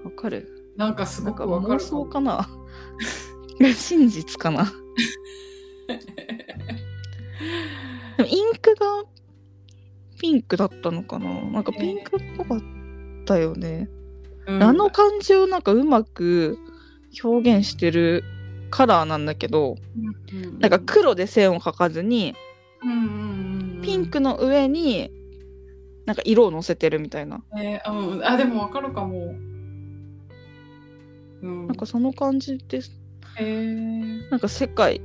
わかるなんかすなんごくかわか妄る想かかな [laughs] 真実か [laughs] なでもインクがピンクだったのかななんかピンクっぽかったよね、うんあの感じをなんかうまく表現してるカラーなんだけどうんなんか黒で線を描かずにうんうんうんピンクの上になんか色をのせてるみたいなねうん、あでもわかるかも。うん、なんかその感じですへーなんか世界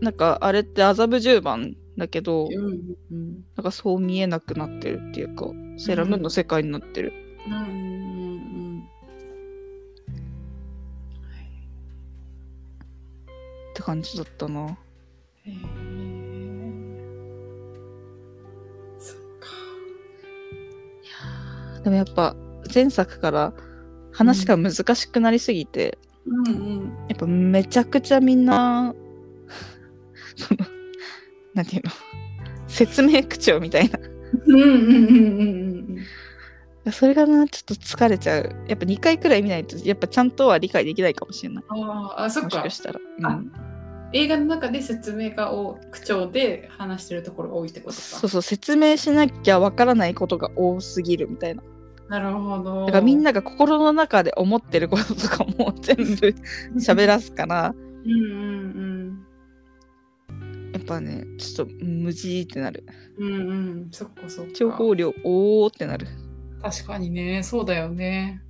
なんかあれって麻布十番だけどうんうんなんかそう見えなくなってるっていうかセーラームーンの世界になってる、うんうんうんうんって感じだったなへーそっかでもやっぱ前作から話が難しくなりすぎて、うんうんやっぱめちゃくちゃみんな [laughs] そのなんていうの説明口調みたいうんうんうんうんなそれがなちょっと疲れちゃうやっぱ2回くらい見ないとやっぱちゃんとは理解できないかもしれないうんあーあそっもしかかしたら、あうん映画の中で説明が多口調で話してるところが多いってことかそうそう説明しなきゃわからないことが多すぎるみたいななるほどだからみんなが心の中で思ってることとかも全部喋らすからうんうんやっぱねちょっと無事ってなるうんうんうんそっかそっか情報量おーってなる確かにねそうだよね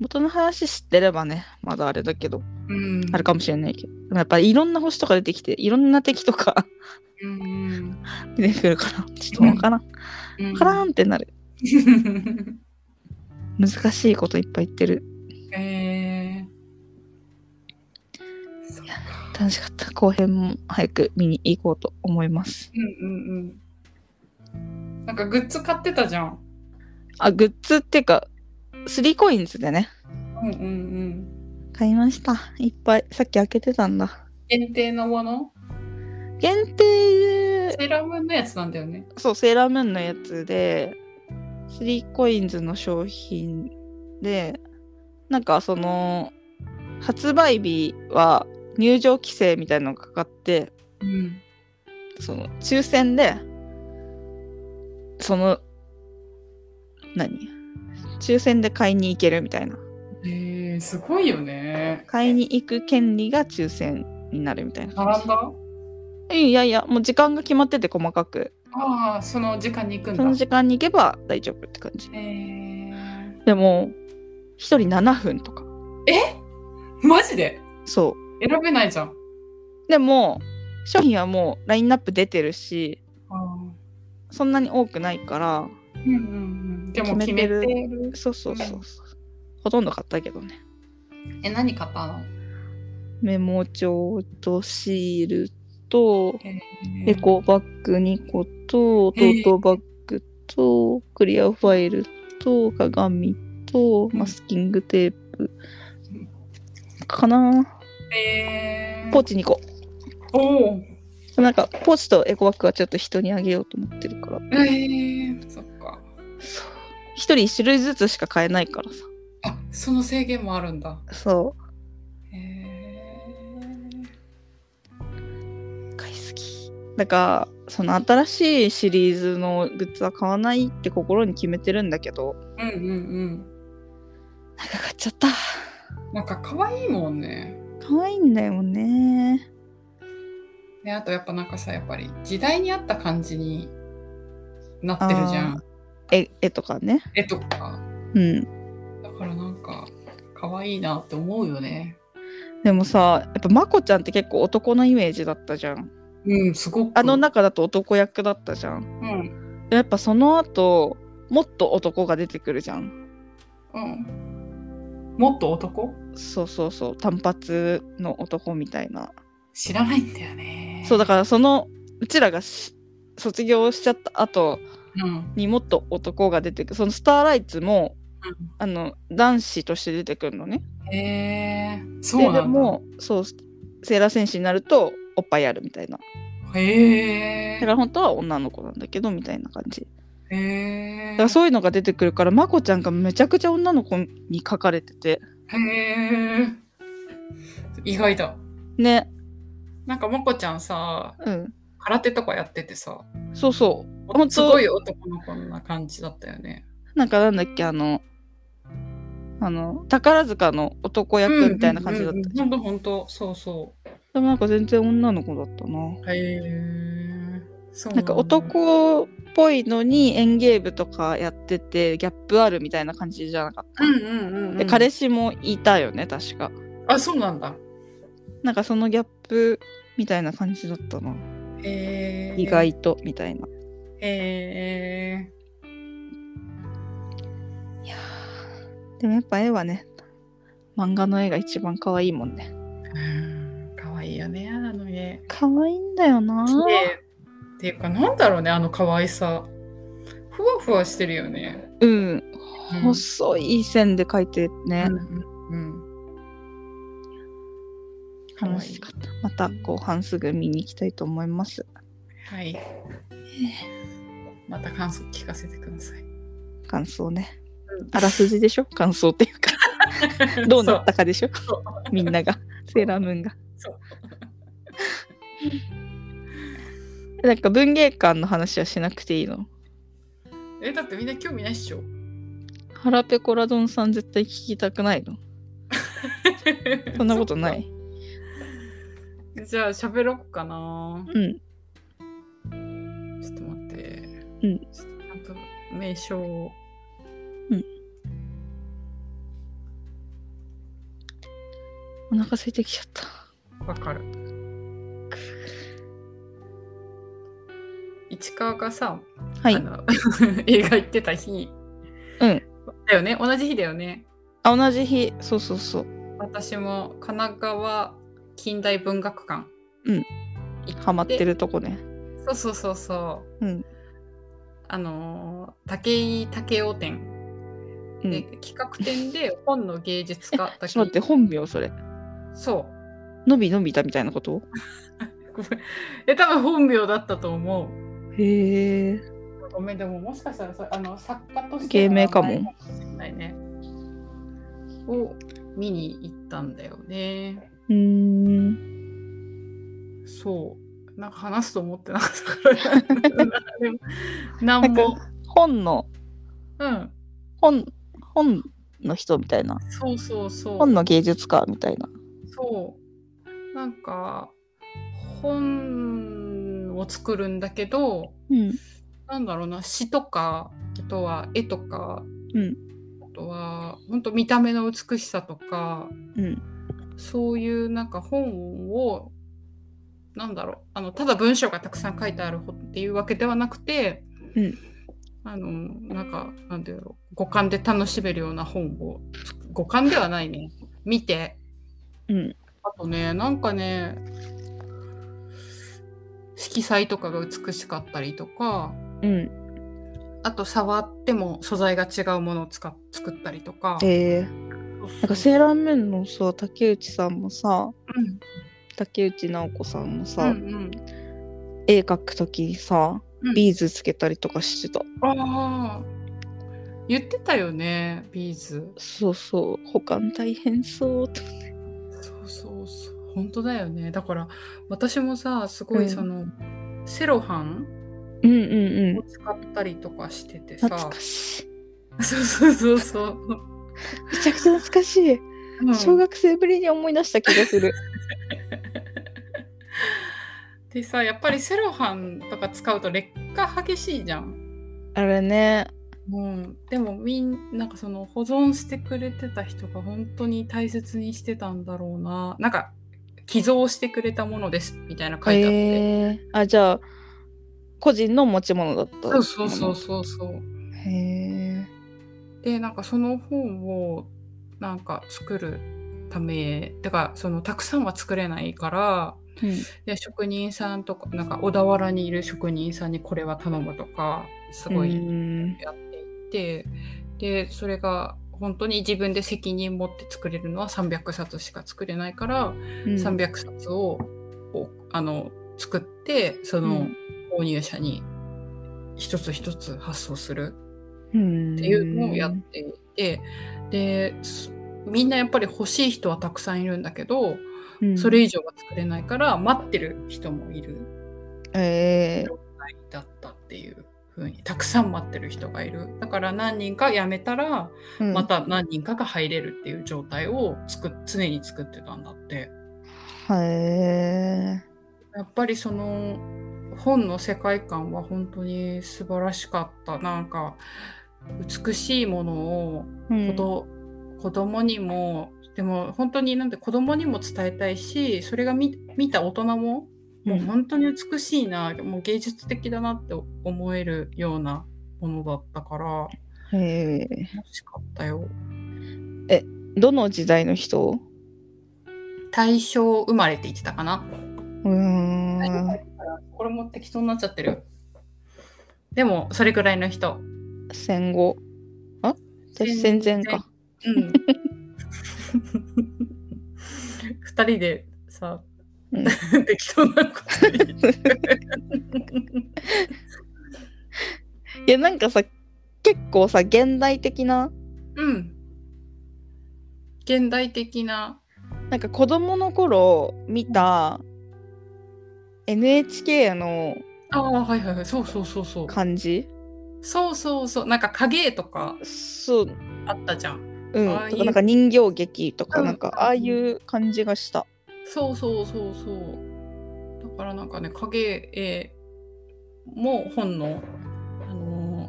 元の話知ってればねまだあれだけどうんあるかもしれないけどでもやっぱりいろんな星とか出てきていろんな敵とか [laughs] うんうん出てくるからちょっとわからんうんわからんってなる難しいこといっぱい言ってる [laughs] え楽しかった後編も早く見に行こうと思いますー、うんうんうん。なんかグッズ買ってたじゃん。あグッズっていうか 3COINS でねうんうんうん。買いましたいっぱいさっき開けてたんだ限定のもの限定セーラームーンのやつなんだよね。そうセーラームーンのやつで 3COINS の商品でなんかその発売日は入場規制みたいのがかかってうん。その抽選でその何抽選で買いに行けるみたいなえー、すごいよね。買いに行く権利が抽選になるみたいな感並んだじいやいやもう時間が決まってて細かくああ、その時間に行くんだそ。の時間に行けば大丈夫って感じえー、でも1人7分とかマジでそう選べないじゃん。でも商品はもうラインナップ出てるしあーそんなに多くないからうんうんうん。でも決めて決める。そうそうそうそうほとんど買ったけどねえ、何買ったのメモ帳とシールとエえコバッグ2個とトートバッグとクリアファイルと鏡とマスキングテープかなえー、ポーチ2個おーなんかポーチとエコバッグはちょっと人にあげようと思ってるからえー、そっか。そう1人1種類ずつしか買えないからさあその制限もあるんだ。そうへ買いすぎだからその新しいシリーズのグッズは買わないって心に決めてるんだけどーうんうんなんか買っちゃったうん。なんか可愛いもんね。可愛いんだよねであとやっぱなんかさやっぱり時代に合った感じになってるじゃあん絵絵とかね絵とか。うんだからなんか可愛いなって思うよね。でもさやっぱまこちゃんって結構男のイメージだったじゃんうんすごく。あの中だと男役だったじゃんうんやっぱその後もっと男が出てくるじゃんうん。もっと男そうそうそう単発の男みたいな知らないんだよね。そうだからそのうちらがし卒業しちゃった後うん。にもっと男が出てくるそのスターライツもあの男子として出てくるのね。へえー、そうでなんだ。でもそうセーラー戦士になるとおっぱいあるみたいなだへえから本当は女の子なんだけどみたいな感じー。へだえからー。そういうのが出てくるからまこちゃんがめちゃくちゃ女の子に書かれててへえー。意外だ。ねなんかまこちゃんさうんカ空手とかやっててさ、そうそう本当すごい男の子な感じだったよね。なんかなんだっけあのあの宝塚の男役みたいな感じだった、ほんとほんと、そうそでもなんか全然女の子だったなう。へえ。そうなんか男っぽいのに園芸部とかやっててギャップあるみたいな感じじゃなかった、うんうんうん、うん。で彼氏もいたよね確かあ、そうなんだ。なんかそのギャップみたいな感じだったなへえ。意。外とみたいなへえ。いやーでもやっぱ絵はね漫画の絵が一番可愛いもんねうんかわいいよね、あの絵。可愛いんだよな綺麗っていうか、なんだろうね、あの可愛さ。ふわふわしてるよね。うんうん細い線で描いてね、うん。かわ楽いしい。かったまた後半すぐ見に行きたいと思いますはい。また感想聞かせてください。感想ねうんあらすじでしょ感想っていう [laughs] かどうなったかでしょそうみんながセーラームーンがそうなんか文芸館の話はしなくていいのえ、だってみんな興味ないっしょ。腹ペコラドンさん絶対聞きたくないの [laughs] そんなことないそっか。 [laughs] じゃあ喋ろうかな。うんちょっと待って。うんちょっとちゃんと名称を。うん。お腹空いてきちゃったわかる。市川がさ、はいあの [laughs] 映画行ってた日。うん。だよね。同じ日だよね。あ同じ日そうそうそう私も神奈川近代文学館。うん。ハマってる。るとこねそうそうそうそう。うんあのー武井武雄展、うんで企画展で本の芸術家 [laughs] ちょっと待って本名それそうのびのびたみたいなことごめん [laughs] え多分本名だったと思うへえごめんでももしかしたらそれあの作家とし芸ての名かも名前しれないねを見に行ったんだよねうーんそうなんか話すと思ってなかったからでもなんも本のうん本本の人みたいなそうそうそう本の芸術家みたいなそうなんか本を作るんだけどうんなんだろうな詩とかあとは絵とかうんあとは本当見た目の美しさとかうんそういうなんか本をなんだろうあのただ文章がたくさん書いてある本っていうわけではなくて、うんあのなんかなんていうの五感で楽しめるような本を五感ではないね見てうんあとね、なんかね、色彩とかが美しかったりとか、うんあと触っても素材が違うものを使っ作ったりとか。へえなんかセーラームーンのさ竹内さんもさうん竹内直子さんもうさ、ん絵描くときにさうんビーズつけたりとかしてた、うん、ああ。言ってたよね、ビーズ。そうそう保管大変そうとそうそうそう。本当だよね。だから私もさ、すごうんいその、セロハンうんうんうをん使ったりとかしててさ。懐かしいそうそうそうそう。めちゃくちゃ懐かしい、うん小学生ぶりに思い出した気がす [laughs] るでさやっぱりセロハンとか使うと劣化激しいじゃん。あれねうん、でもみんなんかその保存してくれてた人が本当に大切にしてたんだろうななんか寄贈してくれたものですみたいな書いてあって、えーあじゃあ個人の持ち物だったそうそうそうそうそうへえでなんかその本をなんか作るためだからそのたくさんは作れないからで職人さんとかなんか小田原にいる職人さんにこれは頼むとかすうんごい。うんやっていってでそれが本当に自分で責任持って作れるのは300冊しか作れないから、うん300冊をおあの作ってそうのん購入者に一つ一つ発送するうんっていうのをやっていて、ですみんなやっぱり欲しい人はたくさんいるんだけど、うんそれ以上は作れないから待ってる人もいる。ええだったっていう風にたくさん待ってる人がいるだから何人か辞めたらうんまた何人かが入れるっていう状態をつく常に作ってたんだってへえやっぱりその本の世界観は本当に素晴らしかったなんか美しいものをうん子ど子供にもでも本当になんて子供にも伝えたいしそれが見見た大人ももう本当に美しいな、もう芸術的だなって思えるようなものだったからへえ楽しかったよ。どの時代の人大正生まれって言ってたかな。うーんこれも適当になっちゃってる。でもそれくらいの人。戦後あ私戦戦前かうん。 [laughs] 二人でさ、うん [laughs] 適当なこと言っていやなんかさ結構さ現代的なうん。現代的な。なんか子供の頃見た NHK のああ、はいはいはい。そうそうそうそう。感じそうそうそう。なんか影絵とかそうあったじゃん。うんああいうとかなんか人形劇とかうんなんかああいう感じがしたそうそうそうそう。だからなんかね、影絵も本の、あの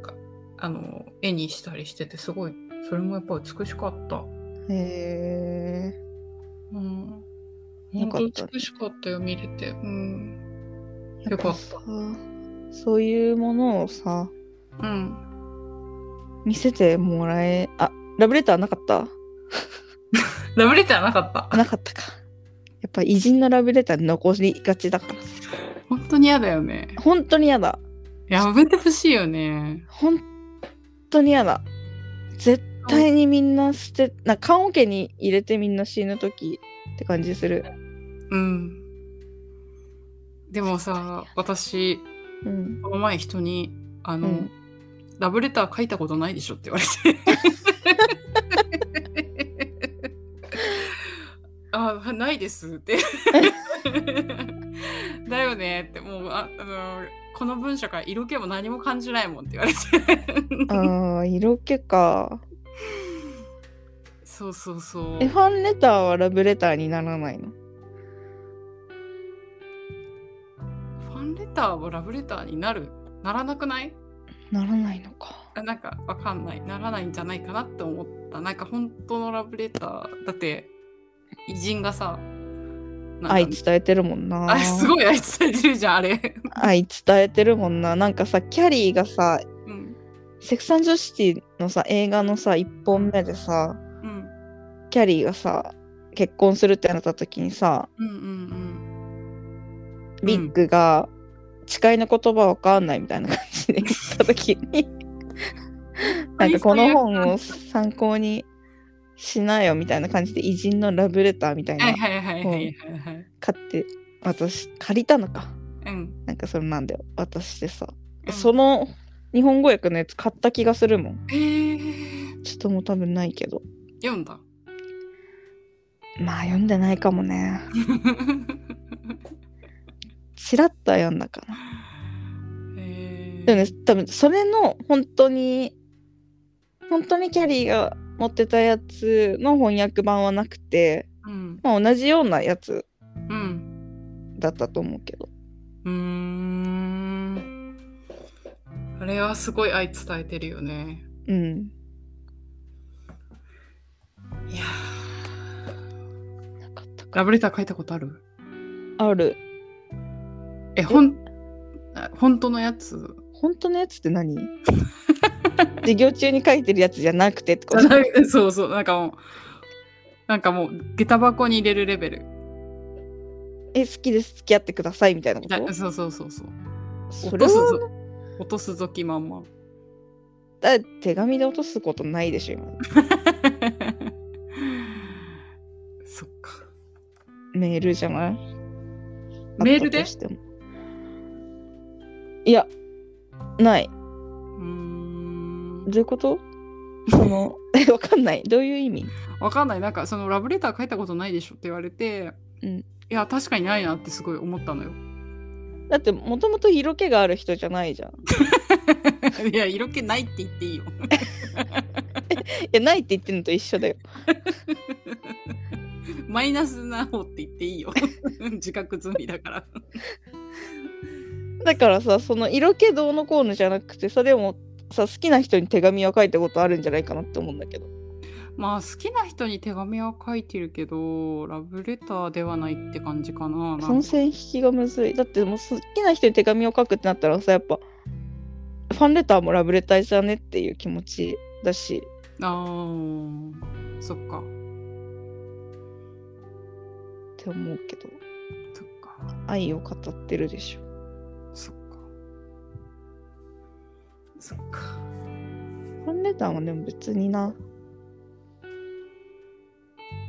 ーかあのー絵にしたりしてて、すごい、それもやっぱ美しかった。へえうん。よ本か当った美しかったよ、見れて。うん。よかった。そういうものをさうん。見せてもらえあラブレターなかったラブレターなかった。なかったかやっぱ偉人のラブレター残りがちだからさ本当に嫌だよね。本当に嫌だやめてほしいよね。本当に嫌だ絶対にみんな捨てなんか棺桶に入れてみんな死ぬ時って感じするうん。でもさ、私、うんこの前人に、あうの、んラブレター書いたことないでしょって言わ [laughs] れて。ああ、ないです [laughs] って。だよねって、もう、ああの、この文章から色気も何も感じないもんって言われて。あー色気かそうそうそうえ。ファンレターはラブレターにならないのファンレターはラブレターになるならなくないならないのかあなんかわかんないならないんじゃないかなって思ったなんか本当のラブレターだって偉人がさなんか愛伝えてるもんなあすごい愛伝えてるじゃんあれ、愛伝えてるもんななんかさキャリーがさうんセクサンジョシティのさ映画のさ1本目でさうん、キャリーがさ結婚するってなった時にさうんうんうんビッグが誓いの言葉わかんないみたいな感じで言った時になんかこの本を参考にしなよみたいな感じで偉人のラブレターみたいはいなはいはいはいはいはい買って私借りたのかうんなんかそれなんだよ渡してさうんその日本語訳のやつ買った気がするもんえー、ちょっともう多分ないけど読んだ [laughs] まあ読んでないかもねチラッとは読んだかなえー、でもね多分それの本当に本当にキャリーが持ってたやつの翻訳版はなくて、うんまあ、同じようなやつうんだったと思うけどうーんあれはすごい愛伝えてるよねうんいやなかったラブレター書いたことあるあるえ、ほん、あ本当のやつ本当のやつって何授業中に書いてるやつじゃなくてってこと [laughs] そうそう、なんかもう、なんかもう、下駄箱に入れるレベル。え好きです付き合ってくださいみたいなこだとそうそうそうそう。そ落れとすぞは。落とすぞきまんま。 [laughs] だ手紙で落とすことないでしょ今そっか。メールじゃないメールであったとしてもいやないうーん。どういうことその [laughs] えわかんないどういう意味わかんない。なんか、そのラブレター書いたことないでしょって言われて、うん [laughs] いや、確かにないなってすごい思ったのよ。うだってもともと色気がある人じゃないじゃん。いいや色気ないって言っていいよやないって言ってるのと一緒だよ。マイナスな方って言っていいよ [laughs] 自覚済みだからだからさその色気どうのこうのじゃなくてさでもさ好きな人に手紙を書いたことあるんじゃないかなって思うんだけど。まあ好きな人に手紙は書いてるけどラブレターではないって感じかななんかその線引きがむずい。だってもう好きな人に手紙を書くってなったらさやっぱファンレターもラブレターだねっていう気持ちだしあーそっかって思うけどそっか愛を語ってるでしょ。そっかそっかファンレターはでも別にな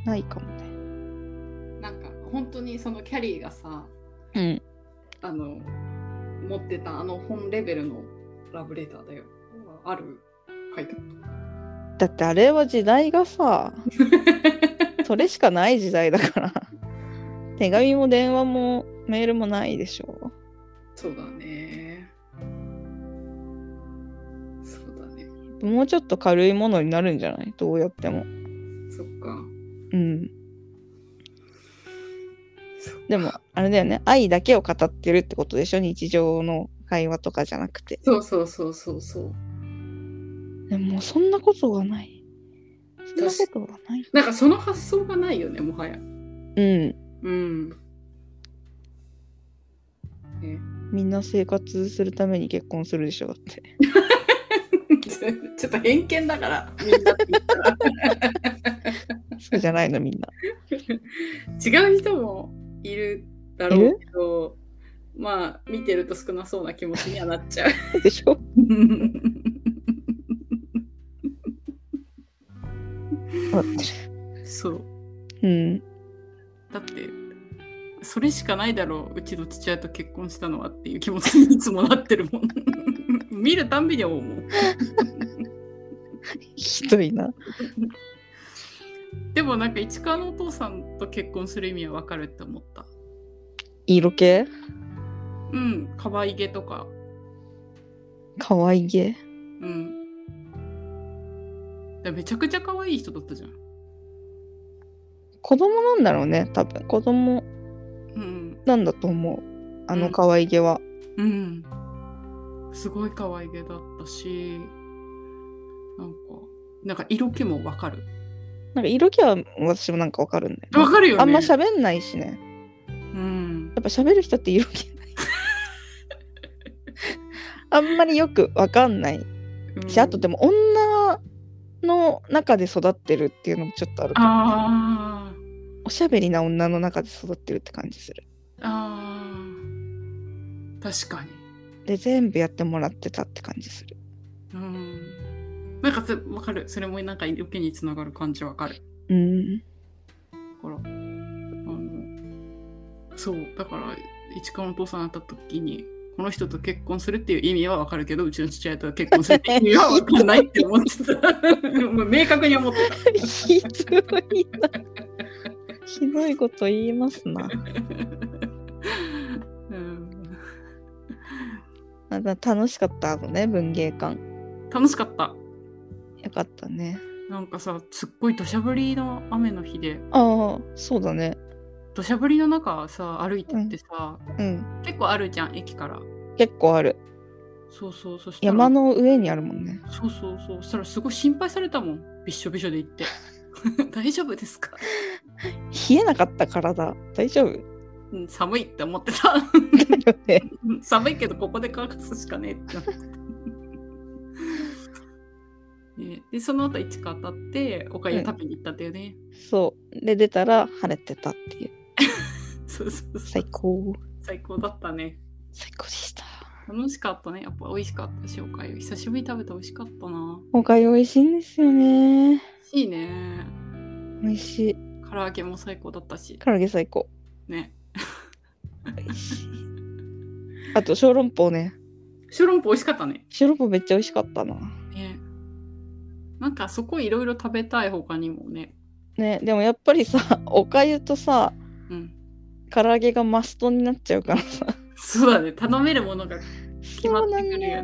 ないかもね。なんか本当にそのキャリーがさうん。あの持ってたあの本レベルのラブレターだよある書いたこだってあれは時代が [laughs] さそれしかない時代だから手紙も電話もメールもないでしょとそうだねそうだねもうちょっと軽いものになるんじゃないどうやってもそっかうんそっかでもあれだよね愛だけを語ってるってことでしょ日常の会話とかじゃなくてそうそうそうそうそうでももうそんなことはないそんなことはないなんかその発想がないよねもはやうんうん [laughs] ねみんな生活するために結婚するでしょだって [laughs] ちょっと偏見だからみんなって言ったらそうじゃないのみんな違う人もいるだろうけど [laughs] まあ見てると少なそうな気持ちにはなっちゃう。でしょ [laughs] そううんだってそれしかないだろううちの父親と結婚したのはっていう気持ちにいつもなってるもん [laughs] 見るたんびに思うひどいなでもなんか市川のお父さんと結婚する意味はわかるって思った色気うん可愛げとか可愛げうんだからめちゃくちゃ可愛い人だったじゃん子供なんだろうね多分子供うんなんだと思うあうのん可愛げは、うん。すごい可愛げだったし、なんか、なんか色気もわかる。なんか色気は私もなんかわかるんだよね、わかるよね。あんま喋んないしねうん。やっぱ喋る人って色気 [laughs] ないあんまりよくわかんないしあとでも。も女の中で育ってるっていうのもちょっとあるかもあーおしゃべりな女の中で育ってるって感じするあー。確かに。で全部やってもらってたって感じするうん。なんかつ、わかる。それもなんか色気につながる感じわかる。うんだから、あの、そう、だから、市川のお父さんになった時に、この人と結婚するっていう意味はわかるけど、うちの父親と結婚するっていう意味はわかんないって思ってた。 [laughs] もう明確に思ってた。 [laughs] ひどいな。ひどいこと言いますな。うん、あだ楽しかったのね、文芸館。楽しかった。よかったね。なんかさ、すっごい土砂降りの雨の日で、ああ、そうだね。土砂降りの中さ、歩いてってさ、うん。結構あるじゃん、駅から。結構ある。そうそう、そしたら。山の上にあるもんね。そうそうそう。そしたらすごい心配されたもん。びっしょびしょで行って。 [laughs] 大丈夫ですか冷えなかった体。大丈夫 [laughs] うん寒いって思ってただよねうん寒いけどここで乾かすしかねえってなってねでその後一川当たっておかゆ食べに行ったんだよね、そう。で、出たら晴れてたっていう。そうそうそ最う高。最高だったね最高でした。楽しかったねやっぱ美味しかったしおかゆ久しぶりに食べて美味しかったなおかゆ美味しいんですよね。美味しいね美味しい。唐揚げも最高だったし唐揚げ最高。ね美味しい。あと、小籠包ね。小籠包美味しかったね小籠包めっちゃ美味しかったな。ねなんかそこいろいろ食べたい他にもねねでもやっ [laughs] ぱりさおかゆとさうん唐揚げがマストになっちゃうからさそうだね頼めるものが決まってくそうなるよねんだよ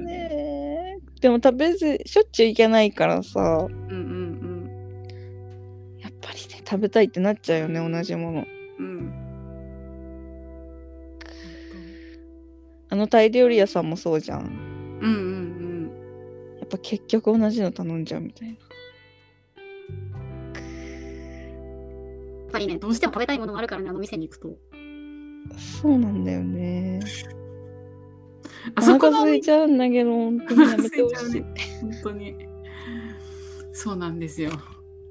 ねでも食べずしょっちゅう行けないからさうんうんやっぱりね食べたいってなっちゃうよね同じものうんうんあのタイ料理屋さんもそうじゃんうんうんやっぱ結局同じの頼んじゃうみたいなやっぱりね、どうしても食べたいものがあるからね、あの店に行くと。そうなんだよねうんおあそ腹この空いちゃうんだけど本当にやめてほしい本当にそうなんですよも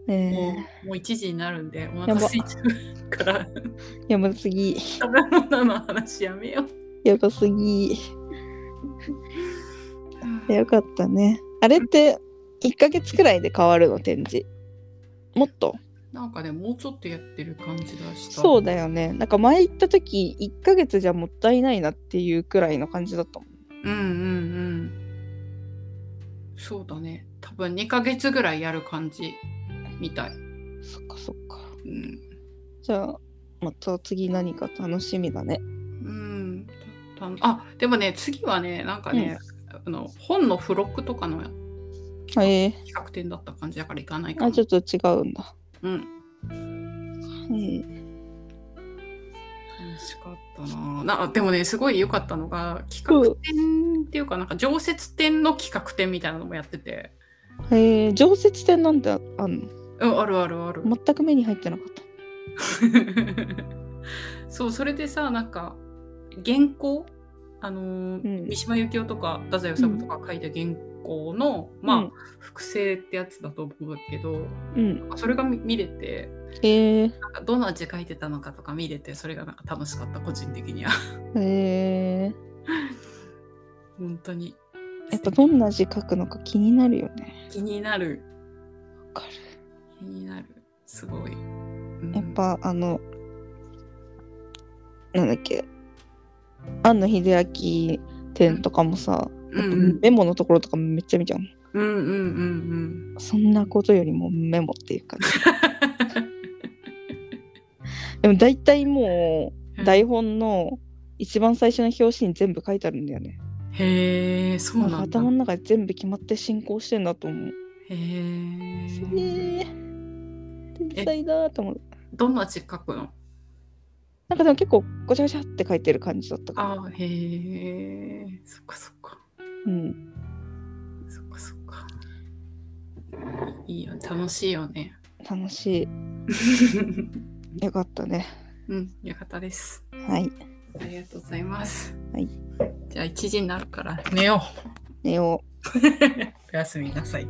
ねうもう1時になるんでお腹空いちゃうからえやばすぎ食べ物の話やめようやばすぎよかったねあれって1ヶ月くらいで変わるの展示もっとなんかねもうちょっとやってる感じがしたそうだよねなんか前行った時1ヶ月じゃもったいないなっていうくらいの感じだったもんうんうんうんそうだね多分2ヶ月ぐらいやる感じみたい、そっかそっかうんじゃあまた次何か楽しみだねうん、たたあでもね次はねなんかね、あの本の付録とかの企へえ画展だった感じだから行かないかあなちょっと違うんだうんへえ楽しかったななでもねすごい良かったのが企画展っていうかなんか常設展の企画展みたいなのもやってて、へえ常設展なんてあんのうん、あるあるある、全く目に入ってなかった [laughs] そうそれでさなんか原稿あのーうん三島由紀夫とか太宰治とか書いた原稿の、まあ、うん複製ってやつだと思うんだけどうんそれが見見れてへえなんかどんな字書いてたのかとか見れてそれがなんか楽しかった個人的にはへえ本当にやっぱどんな字書くのか気になるよね気になるわかる気になるすごい、うんやっぱあのなんだっけ庵野秀明展とかもさ、うんやうっぱんメモのところとかめっちゃ見ちゃうもんうんうんうんそんなことよりもメモっていう感 [laughs] じでも大体もううん台本の一番最初の表紙に全部書いてあるんだよね、へえそうなんなんかだ頭の中で全部決まって進行してんだと思うへすえげえ天才だーと思うどんな字書くのなんかでも結構ごちゃごちゃって書いてる感じだったからああへえそっかそっかうんそっかそっかいいよ楽しい [laughs] よね楽しいよかったねうんよかったですはいありがとうございますはいじゃあ1時になるから寝よ寝よううおやすみなさい